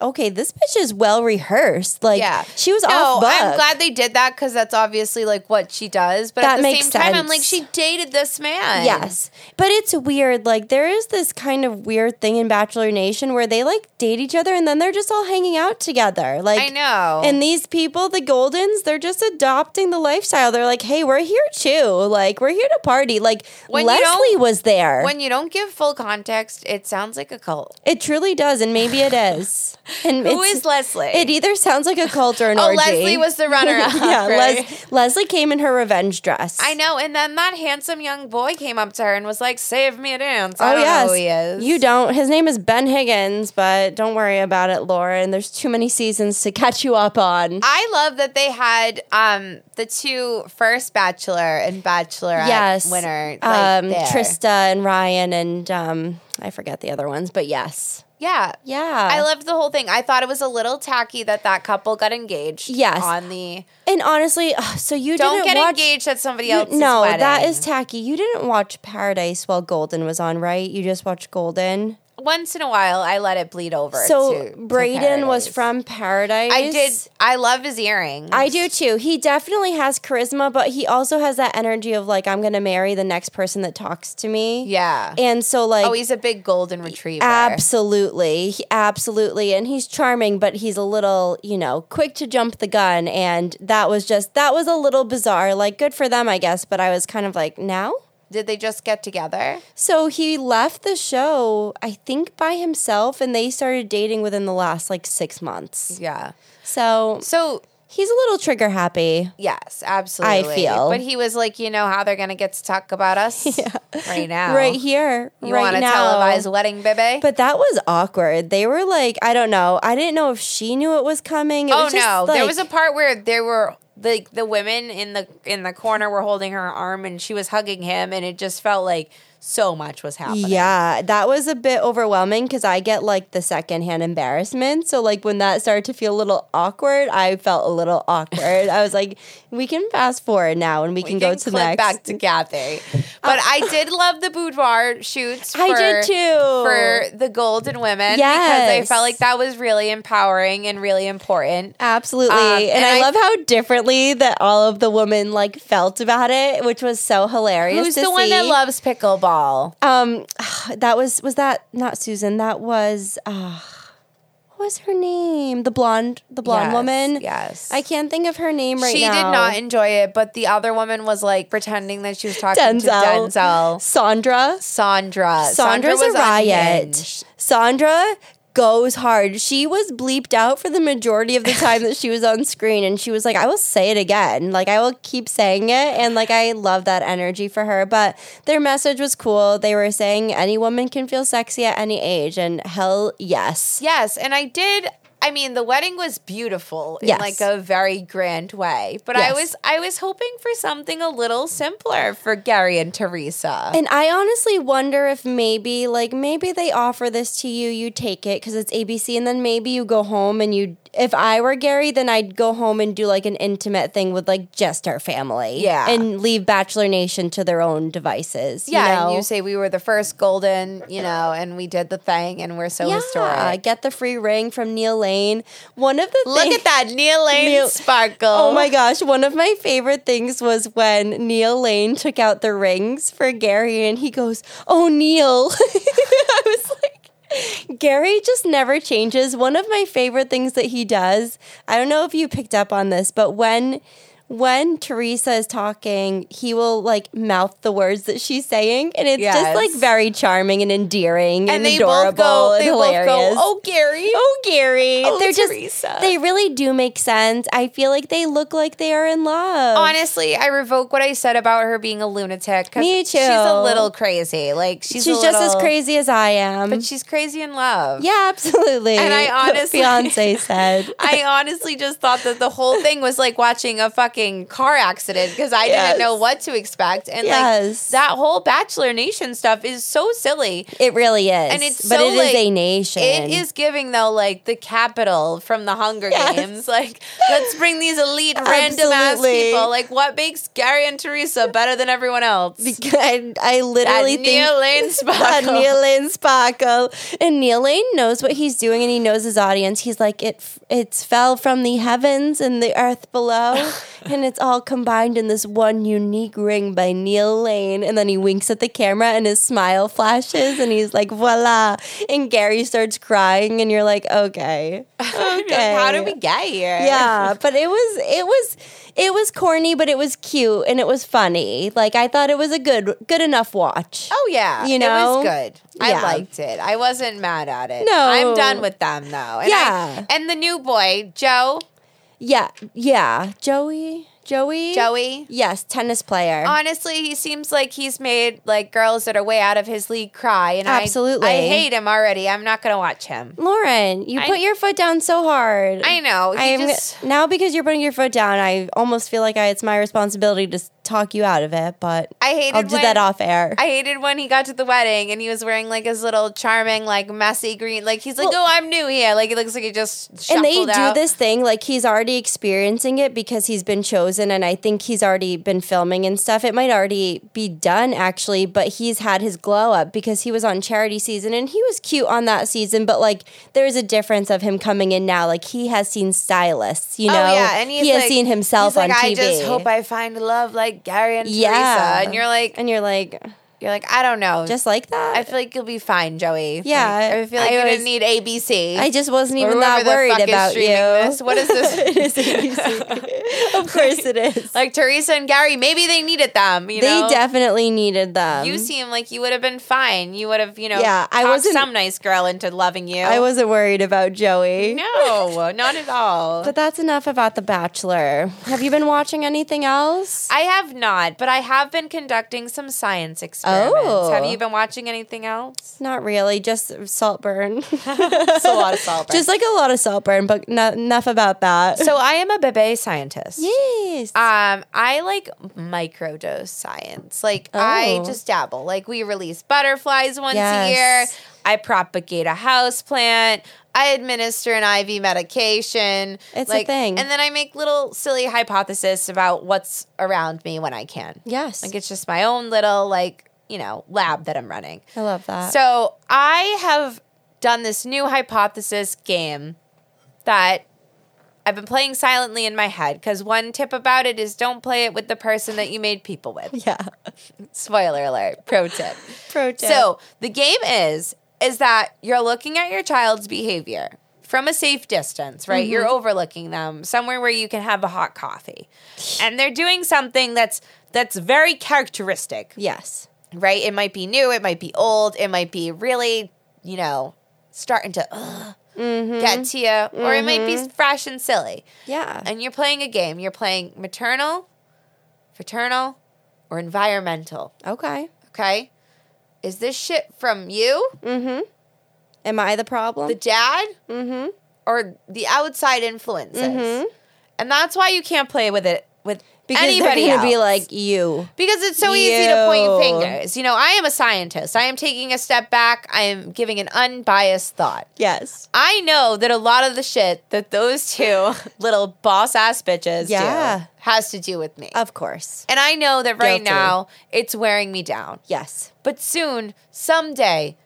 A: okay, this bitch is well rehearsed. Like,
B: Yeah.
A: she was
B: No,
A: off book.
B: I'm glad they did that because that's obviously like what she does. But at
A: That
B: the
A: makes
B: same time, I'm
A: sense.
B: like, she dated this man.
A: Yes. But it's weird. Like, there is this kind of weird thing in Bachelor Nation where they like date each other and then they're just all hanging out together. Like,
B: I know.
A: And these people, the Goldens, they're just adopting the lifestyle. They're like, hey, we're here too. Like, we're here to party. Like,
B: When you
A: Leslie
B: don't-
A: was there.
B: when you don't give full context, it sounds like a cult.
A: it truly does. And maybe
B: <laughs>
A: it is. And
B: Who
A: it's-
B: is Leslie?
A: It either sounds like a cult or an
B: oh,
A: orgy. <laughs>
B: Leslie was the runner-up.
A: yeah,
B: right?
A: Les- Leslie came in her revenge dress.
B: I know. And then that handsome young boy came up to her and was like, "Save me a dance." I
A: Oh
B: don't
A: yes,
B: know who he is.
A: you don't. His name is Ben Higgins, but don't worry about it, Lauren. There's too many seasons to catch you up on.
B: I love that they had um, the two first Bachelor and Bachelorette
A: yes,
B: winner, like,
A: um,
B: there.
A: Trista and Ryan and um, I forget the other ones, but yes.
B: Yeah.
A: Yeah.
B: I loved the whole thing. I thought it was a little tacky that that couple got engaged.
A: Yes.
B: On the
A: and honestly, ugh, so you
B: don't
A: didn't
B: get
A: watch
B: engaged at somebody
A: you-
B: else's
A: No,
B: wedding.
A: that is tacky. You didn't watch Paradise while Golden was on, right? You just watched Golden.
B: once in a while I let it bleed over.
A: So
B: to- to
A: Braden was
B: Paradise.
A: from Paradise.
B: I did. I love his earrings.
A: I do too. He definitely has charisma, but he also has that energy of like, I'm going to marry the next person that talks to me.
B: Yeah.
A: And so, like,
B: oh, he's a big golden retriever.
A: Absolutely. He- Absolutely. And he's charming, but he's a little, you know, quick to jump the gun. And that was just, that was a little bizarre. Like, good for them, I guess. But I was kind of like, now?
B: Did they just get together?
A: So he left the show, I think, by himself. And they started dating within the last like six months.
B: Yeah.
A: So
B: So
A: he's a little trigger happy.
B: yes, absolutely.
A: feel.
B: But he was like, you know how they're gonna get to talk about
A: <laughs>
B: us right now.
A: Right here.
B: You
A: right
B: want to
A: now.
B: televise wedding, baby?
A: But that was awkward. They were like, I don't know. I didn't know if she knew it was coming. It
B: oh
A: was just,
B: no, there
A: like-
B: was a part where there were like the women in the in the corner were holding her arm and she was hugging him, and it just felt like so much was happening.
A: Yeah, that was a bit overwhelming because I get like the secondhand embarrassment. So like when that started to feel a little awkward, I felt a little awkward. I was like, we can fast forward now and we,
B: We
A: can, go to
B: clip
A: next. Uh,
B: back to Kathy. But I did love the boudoir shoots. For,
A: I did too.
B: for the golden women because I
A: Yes.
B: felt like that was really empowering and really important.
A: Absolutely.
B: Um,
A: and,
B: and
A: I,
B: I-
A: love how differently that all of the women like felt about it, which was so hilarious.
B: Who's
A: to
B: the one that
A: see.
B: loves pickleball?
A: Um, <sighs> that was was that not Susan? That was uh, what was her name? The blonde, the blonde
B: Yes,
A: woman.
B: yes.
A: I can't think of her name right
B: she
A: now.
B: did not enjoy it, but the other woman was like pretending that she was talking to
A: Denzel.
B: Denzel.
A: Sandra.
B: Sandra.
A: Sandra's a riot.
B: unhinged.
A: Sandra goes hard. She was bleeped out for the majority of the time that she was on screen and she was like, I will say it again. Like I will keep saying it and like I love that energy for her. But their message was cool. They were saying any woman can feel sexy at any age and hell yes.
B: Yes, and I did. I mean, the wedding was beautiful in
A: Yes.
B: like a very grand way, but I
A: Yes.
B: was I was hoping for something a little simpler for Gary and Teresa.
A: And I honestly wonder if maybe, like, maybe they offer this to you, you take it because it's ABC, and then maybe you go home and you. If I were Gary, then I'd go home and do like an intimate thing with like just our family,
B: Yeah.
A: and leave Bachelor Nation to their own devices.
B: yeah,
A: you know?
B: and you say we were the first golden, you know, and we did the thing, and we're so
A: yeah,
B: historic.
A: get the free ring from Neil Lane. One of the
B: Look
A: things-
B: at that Neil Lane
A: Neil-
B: sparkle.
A: Oh my gosh, one of my favorite things was when Neil Lane took out the rings for Gary and he goes, Oh, Neil. <laughs> I was like, Gary just never changes. One of my favorite things that he does, I don't know if you picked up on this, but when. When Teresa is talking, he will like mouth the words that she's saying, and it's just
B: Yes.
A: like very charming and endearing and,
B: And they
A: adorable
B: both go.
A: and
B: They
A: hilarious.
B: both go. Oh, Gary.
A: Oh, Gary.
B: Oh,
A: They're just,
B: Teresa.
A: they really do make sense. I feel like they look like they are in love.
B: Honestly, I revoke what I said about her being a lunatic. 'cause
A: Me too.
B: She's a little crazy. Like she's
A: she's
B: a
A: just as
B: little-
A: crazy as I am.
B: but she's crazy in love.
A: yeah, absolutely. <laughs>
B: And I honestly-
A: fiance
B: <laughs>
A: said,
B: I honestly just thought that the whole thing was like watching a fucking car accident because I
A: Yes.
B: didn't know what to expect. And
A: Yes.
B: like that whole Bachelor Nation stuff is so silly.
A: "It really is."
B: And it's
A: but
B: so,
A: it is
B: like,
A: a nation. <laughs>
B: It is giving though like the capital from the Hunger
A: Yes.
B: Games. Like let's bring these
A: <laughs>
B: elite random ass
A: Absolutely.
B: people. Like what makes Gary and Teresa better than everyone else?
A: I, I
B: That
A: literally think
B: Neil
A: <laughs>
B: Lane
A: that
B: Sparkle.
A: Neil Lane sparkle, and Neil Lane knows what he's doing, and he knows his audience. He's like, "It f- it's fell from the heavens and the earth
B: <laughs>
A: below, and it's all combined in this one unique ring by Neil Lane." And then he winks at the camera, and his smile flashes, and he's like, "Voila!" And Gary starts crying, and you're like,
B: <laughs>
A: "Okay,
B: <laughs> Like,
A: okay,
B: How did we get here? <laughs>
A: yeah but it was it was it was corny but it was cute and it was funny like i thought it was a good good enough watch
B: Oh yeah,
A: You
B: it was
A: know?
B: good. I
A: Yeah.
B: liked it. I wasn't mad at it.
A: No.
B: I'm done with them though. And I-
A: Yeah.
B: and the new boy Joe.
A: yeah yeah joey Joey?
B: Joey.
A: Yes, tennis player.
B: Honestly, he seems like he's made like girls that are way out of his league cry, and I-
A: Absolutely.
B: I, hate him already. I'm not gonna watch him.
A: Lauren, you
B: I-
A: put your foot down so hard.
B: I know. He
A: I am
B: just-
A: now because you're putting your foot down. I almost feel like I, it's my responsibility to s- talk you out of it, but
B: I hated
A: I'll do
B: when-
A: that off air.
B: I hated when he got to the wedding and he was wearing like his little charming, like messy green. Like he's like,
A: Well-
B: oh, I'm new here. Like it looks like he just
A: and they do
B: out.
A: this thing like he's already experiencing it because he's been chosen, and I think he's already been filming and stuff. It might already be done actually, but he's had his glow up because he was on charity season and he was cute on that season. But like, there is a difference of him coming in now. Like he has seen stylists, you know.
B: oh yeah, and he's
A: he has
B: like-
A: seen himself
B: he's like,
A: on TV.
B: I just hope I find love like Gary and
A: Yeah.
B: Teresa. And you're like,
A: and you're like,
B: you're like, I don't know.
A: just like that.
B: I feel like you'll be fine, Joey.
A: Yeah,
B: Like, I feel like
A: I
B: you
A: always-
B: didn't need ABC.
A: I just wasn't
B: Or
A: even that
B: whoever the fuck
A: worried
B: is
A: about you.
B: streaming this. What is this?
A: it is ABC. <laughs> of course it is.
B: <laughs> like Teresa and Gary, maybe they needed them. You
A: they
B: know?
A: definitely needed them.
B: You seem like you would have been fine. You would have, you know,
A: Yeah, I
B: talked
A: wasn't-
B: some nice girl into loving you.
A: I wasn't worried about Joey.
B: Oh. No, not at all.
A: But that's enough about The Bachelor. Have you been watching anything else?
B: I have not, but I have been conducting some science experiments.
A: Oh.
B: Have you been watching anything
A: <laughs>
B: else?
A: Not really, just salt burn.
B: <laughs> It's a
A: uh,
B: lot of salt.
A: Just like a lot of salt burn, but no, enough about that.
B: <laughs> so I am a bebe scientist.
A: yes.
B: Um, I like microdose science. Like I
A: Oh.
B: just dabble. Like we release butterflies once
A: Yes.
B: a year. I propagate a house plant. I administer an IV medication.
A: It's a thing.
B: And then I make little silly hypotheses about what's around me when I can.
A: yes.
B: Like it's just my own little like, you know, lab that I'm running.
A: I love that.
B: So I have done this new hypothesis game that I've been playing silently in my head because one tip about it is don't play it with the person that you made
A: <laughs>
B: people with.
A: <laughs> yeah.
B: Spoiler alert, pro tip.
A: Pro tip.
B: So the game is is that you're looking at your child's behavior from a safe distance, right? You're overlooking them somewhere where you can have a hot coffee. And they're doing something that's that's very characteristic
A: yes.
B: right? It might be new, it might be old, it might be really, you know, starting to uh,
A: Mm-hmm.
B: get to you, or it might be fresh and silly.
A: Yeah.
B: And you're playing a game. You're playing maternal, fraternal, or environmental.
A: okay.
B: Okay, is this shit from you,
A: Mm-hmm. Am I the problem?
B: the dad, mm-hmm. or the outside influences? And that's why you can't play with it with
A: Mm-hmm. because
B: anybody
A: they're gonna be
B: else.
A: like you.
B: Because it's so easy to
A: Ew.
B: point fingers. You know, I am a scientist. I am taking a step back. I am giving an unbiased thought.
A: Yes.
B: I know that a lot of the shit that those two <laughs> little boss ass bitches
A: Yeah.
B: do has to do with me.
A: Of course.
B: and I know that right
A: Guilty.
B: now it's wearing me down.
A: Yes.
B: But soon, someday,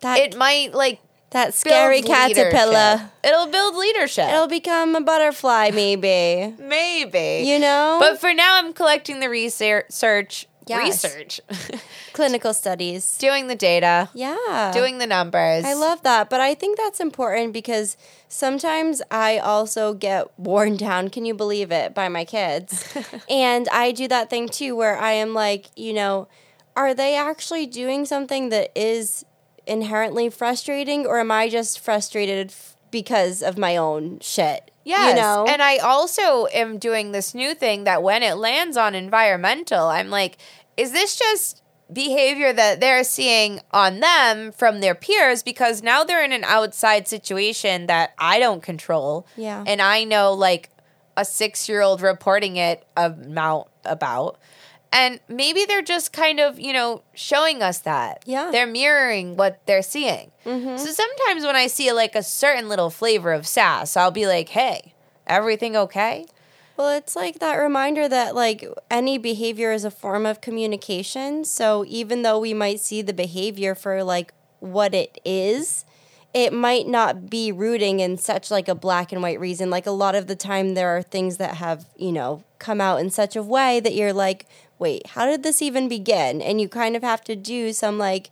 A: That
B: it might like
A: that
B: build
A: scary caterpillar.
B: leadership. It'll build leadership.
A: It'll become a butterfly, maybe.
B: Maybe.
A: you know?
B: But for now, I'm collecting the research.
A: Yes.
B: Research. <laughs>
A: clinical studies.
B: doing the data.
A: Yeah.
B: doing the numbers.
A: I love that, but I think that's important because sometimes I also get worn down, can you believe it, by my kids.
B: <laughs>
A: and I do that thing too where I am like, you know, are they actually doing something that is inherently frustrating or am I just frustrated f- because of my own shit?
B: Yes,
A: You know?
B: and I also am doing this new thing that when it lands on environmental, I'm like, is this just behavior that they're seeing on them from their peers because now they're in an outside situation that I don't control.
A: Yeah.
B: And I know like a 6-year-old reporting it amount about and maybe they're just kind of, you know, showing us that.
A: Yeah. Mm-hmm.
B: They're mirroring what they're seeing. So sometimes when I see like a certain little flavor of sass, I'll be like, hey, everything okay?
A: Well, it's like that reminder that like any behavior is a form of communication. So even though we might see the behavior for like what it is, it might not be rooting in such like a black and white reason. Like a lot of the time there are things that have, you know, come out in such a way that you're like, "Wait, how did this even begin?" And you kind of have to do some like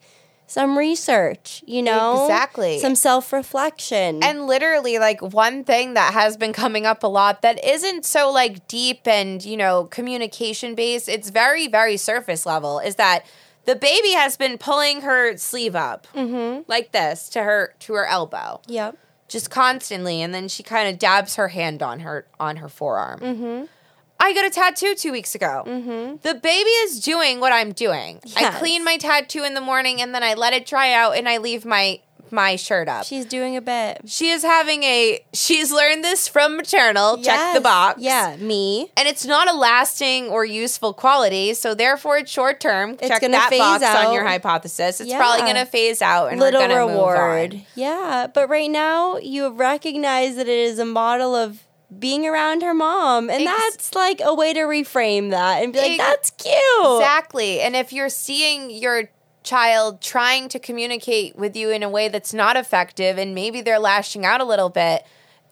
A: some research, you know?
B: Exactly.
A: Some self-reflection.
B: And literally, like, one thing that has been coming up a lot that isn't so, like, deep and, you know, communication based, it's very, very surface level, is that the baby has been pulling her sleeve up like this to her to her elbow
A: yep.
B: just constantly and then she kind of dabs her hand on her on her forearm I got a tattoo two weeks ago. The baby is doing what I'm doing. I
A: Yes.
B: clean my tattoo in the morning and then I let it dry out and I leave my my shirt up.
A: She's doing a bit.
B: She is having a. She's learned this from maternal. Check the box.
A: Yeah, me.
B: And it's not a lasting or useful quality, so therefore it's short term.
A: It's
B: Check
A: gonna
B: that
A: phase
B: box on
A: out.
B: your hypothesis. It's
A: Yeah.
B: probably going to phase out and
A: Little
B: we're going to
A: reward.
B: move on.
A: Yeah, but right now you have recognized that it is a model of being around her mom, and
B: Ex-
A: that's like a way to reframe that and be like,
B: Ex-
A: "That's cute."
B: Exactly. And if you're seeing your child trying to communicate with you in a way that's not effective and maybe they're lashing out a little bit,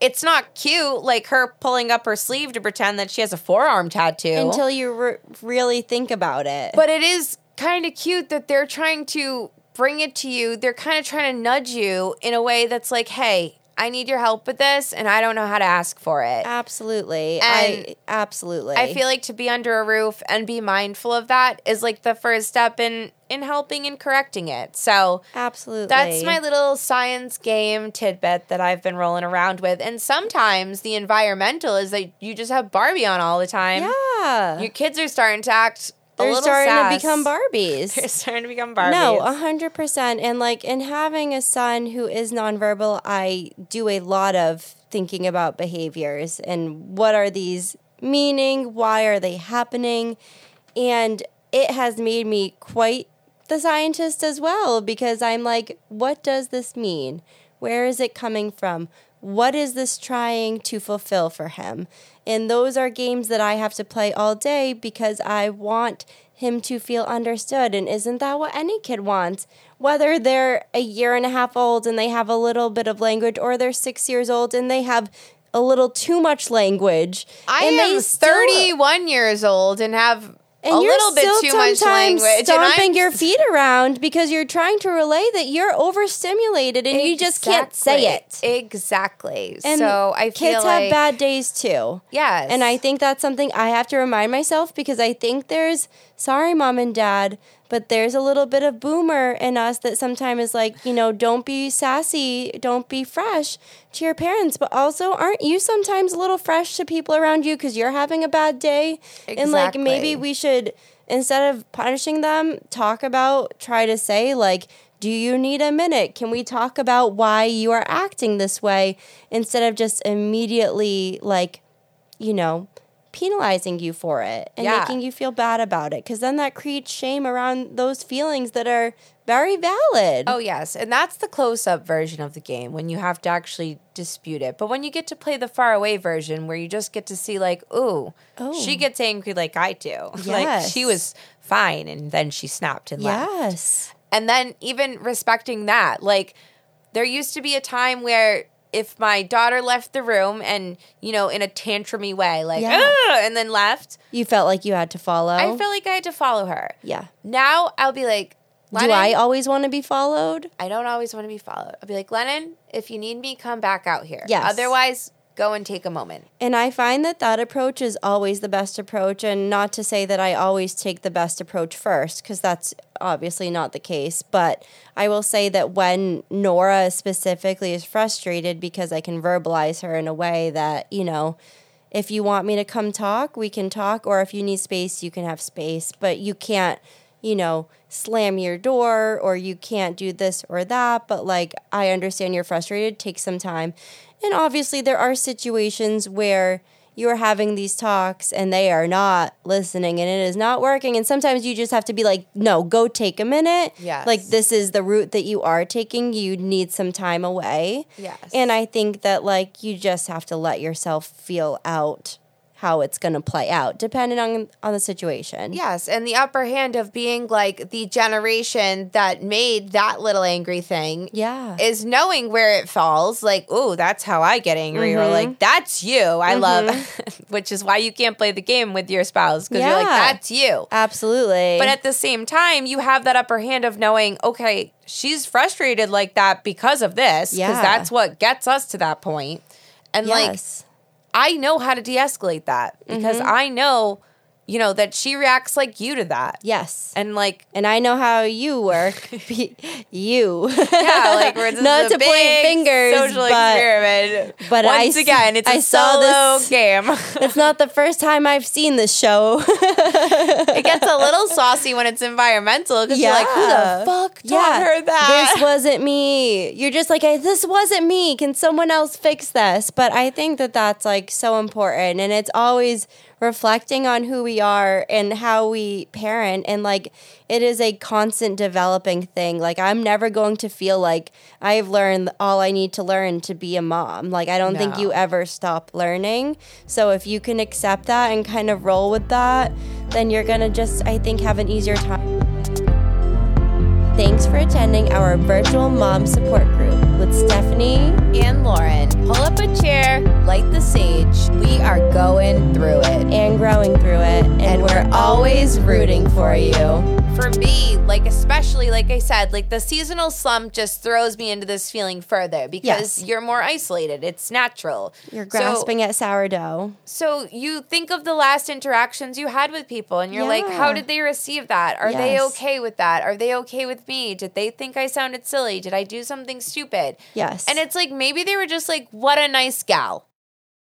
B: it's not cute like her pulling up her sleeve to pretend that she has a forearm tattoo.
A: Until you re- really think about it.
B: But it is kind of cute that they're trying to bring it to you. They're kind of trying to nudge you in a way that's like, hey, I need your help with this and I don't know how to ask for it.
A: absolutely,
B: And
A: I absolutely.
B: I feel like to be under a roof and be mindful of that is like the first step in in helping and correcting it. So
A: absolutely.
B: that's my little science game tidbit that I've been rolling around with. And sometimes the environmental is that you just have Barbie on all the time.
A: yeah.
B: Your kids are starting to act a
A: They're
B: little
A: starting to
B: sass.
A: become <laughs> Barbies.
B: <laughs> They're starting to become Barbies.
A: No, a hundred percent. And like in having a son who is nonverbal, I do a lot of thinking about behaviors and what are these meaning, why are they happening? And it has made me quite the scientist as well, because I'm like, what does this mean? Where is it coming from? What is this trying to fulfill for him? And those are games that I have to play all day because I want him to feel understood. And isn't that what any kid wants? Whether they're a year and a half old and they have a little bit of language, or they're six years old and they have a little too much language.
B: I
A: and they
B: am
A: still-
B: 31 years old and have
A: and
B: a
A: you're
B: little bit
A: still
B: too much
A: sometimes
B: language.
A: Stomping
B: and I'm,
A: your feet around because you're trying to relay that you're overstimulated and you just can't say it.
B: Exactly. Exactly.
A: And
B: so I feel
A: kids
B: like
A: have bad days too.
B: Yes.
A: And I think that's something I have to remind myself because I think there's sorry, mom and dad, but there's a little bit of boomer in us that sometimes is like, you know, don't be sassy, don't be fresh to your parents, but also aren't you sometimes a little fresh to people around you because you're having a bad day? And like
B: Exactly.
A: maybe we should, instead of punishing them, talk about, try to say, like, do you need a minute? Can we talk about why you are acting this way instead of just immediately like you know, penalizing you for it and
B: Yeah.
A: making you feel bad about it. Cause then that creates shame around those feelings that are very valid.
B: Oh yes, and that's the close-up version of the game when you have to actually dispute it. But when you get to play the far-away version, where you just get to see like, ooh,
A: Oh.
B: she gets angry like I do, <laughs> like she
A: Yes.
B: was fine, and then she snapped and left.
A: yes.
B: And then even respecting that, like there used to be a time where if my daughter left the room and you know in a tantrumy way, like
A: Yeah.
B: "Ugh," and then left,
A: You felt like you had to follow.
B: I felt like I had to follow her.
A: yeah.
B: Now I'll be like,
A: Do
B: Lennon,
A: I always want to be followed?
B: I don't always want to be followed. I'll be like, Lennon, if you need me, come back out here.
A: Yes.
B: Otherwise, go and take a moment.
A: And I find that that approach is always the best approach. And not to say that I always take the best approach first, because that's obviously not the case. But I will say that when Nora specifically is frustrated because I can verbalize her in a way that, you know, if you want me to come talk, we can talk. Or if you need space, you can have space. But you can't, you know, slam your door or you can't do this or that. But like, I understand you're frustrated. Take some time. And obviously, there are situations where you're having these talks and they are not listening and it is not working. And sometimes you just have to be like, no, go take a minute.
B: Yes.
A: Like, this is the route that you are taking. You need some time away.
B: Yes.
A: And I think that like you just have to let yourself feel out how it's going to play out depending on on the situation.
B: Yes. And the upper hand of being like the generation that made that little angry thing
A: Yeah.
B: is knowing where it falls. Like, oh, that's how I get angry. Or
A: Mm-hmm.
B: like, that's you. I love, <laughs> which is why you can't play the game with your spouse because you're like,
A: Yeah.
B: that's you.
A: Absolutely.
B: But at the same time, you have that upper hand of knowing, okay, she's frustrated like that because of this, because
A: Yeah.
B: that's what gets us to that point. And like,
A: yes. Mm-hmm.
B: I know how to de escalate that because I know, you know, that she reacts like you to that.
A: Yes.
B: And like,
A: And I know how you
B: <laughs>
A: work. <laughs> you.
B: yeah,
A: <laughs>
B: like we're this
A: Not
B: is a
A: to point
B: big
A: fingers,
B: social
A: but
B: experiment.
A: but I
B: once
A: s-
B: again, it's a
A: I saw
B: solo
A: this-
B: <laughs> game.
A: it's not the first time I've seen this show. <laughs>
B: it gets a little saucy when it's environmental because you're like, who
A: Yeah.
B: the fuck taught her that?
A: This wasn't me. You're just like, "Hey, this wasn't me. Can someone else fix this? But I think that that's like so important. And it's always reflecting on who we are and how we parent. And like, it is a constant developing thing. Like, I'm never going to feel like I've learned all I need to learn to be a mom. Like, I don't think
B: No.
A: you ever stop learning. So if you can accept that and kind of roll with that, then you're going to just, I think, have an easier time. Thanks for attending our virtual mom support group with Stephanie.
B: <laughs> and Lauren, pull up a chair, light the sage. We are going through it.
A: and growing through it. And, we're always rooting for you.
B: For me, like especially like I said, like the seasonal slump just throws me into this feeling further because
A: Yes.
B: you're more isolated. It's natural.
A: You're
B: So-
A: grasping at sourdough.
B: So, you think of the last interactions you had with people and you're like,
A: Yeah.
B: how did they receive that? Are they
A: Yes.
B: okay with that? Are they okay with me? Did they think I sounded silly? Did I do something stupid?
A: Yes.
B: And it's like maybe they were just like, what a nice gal.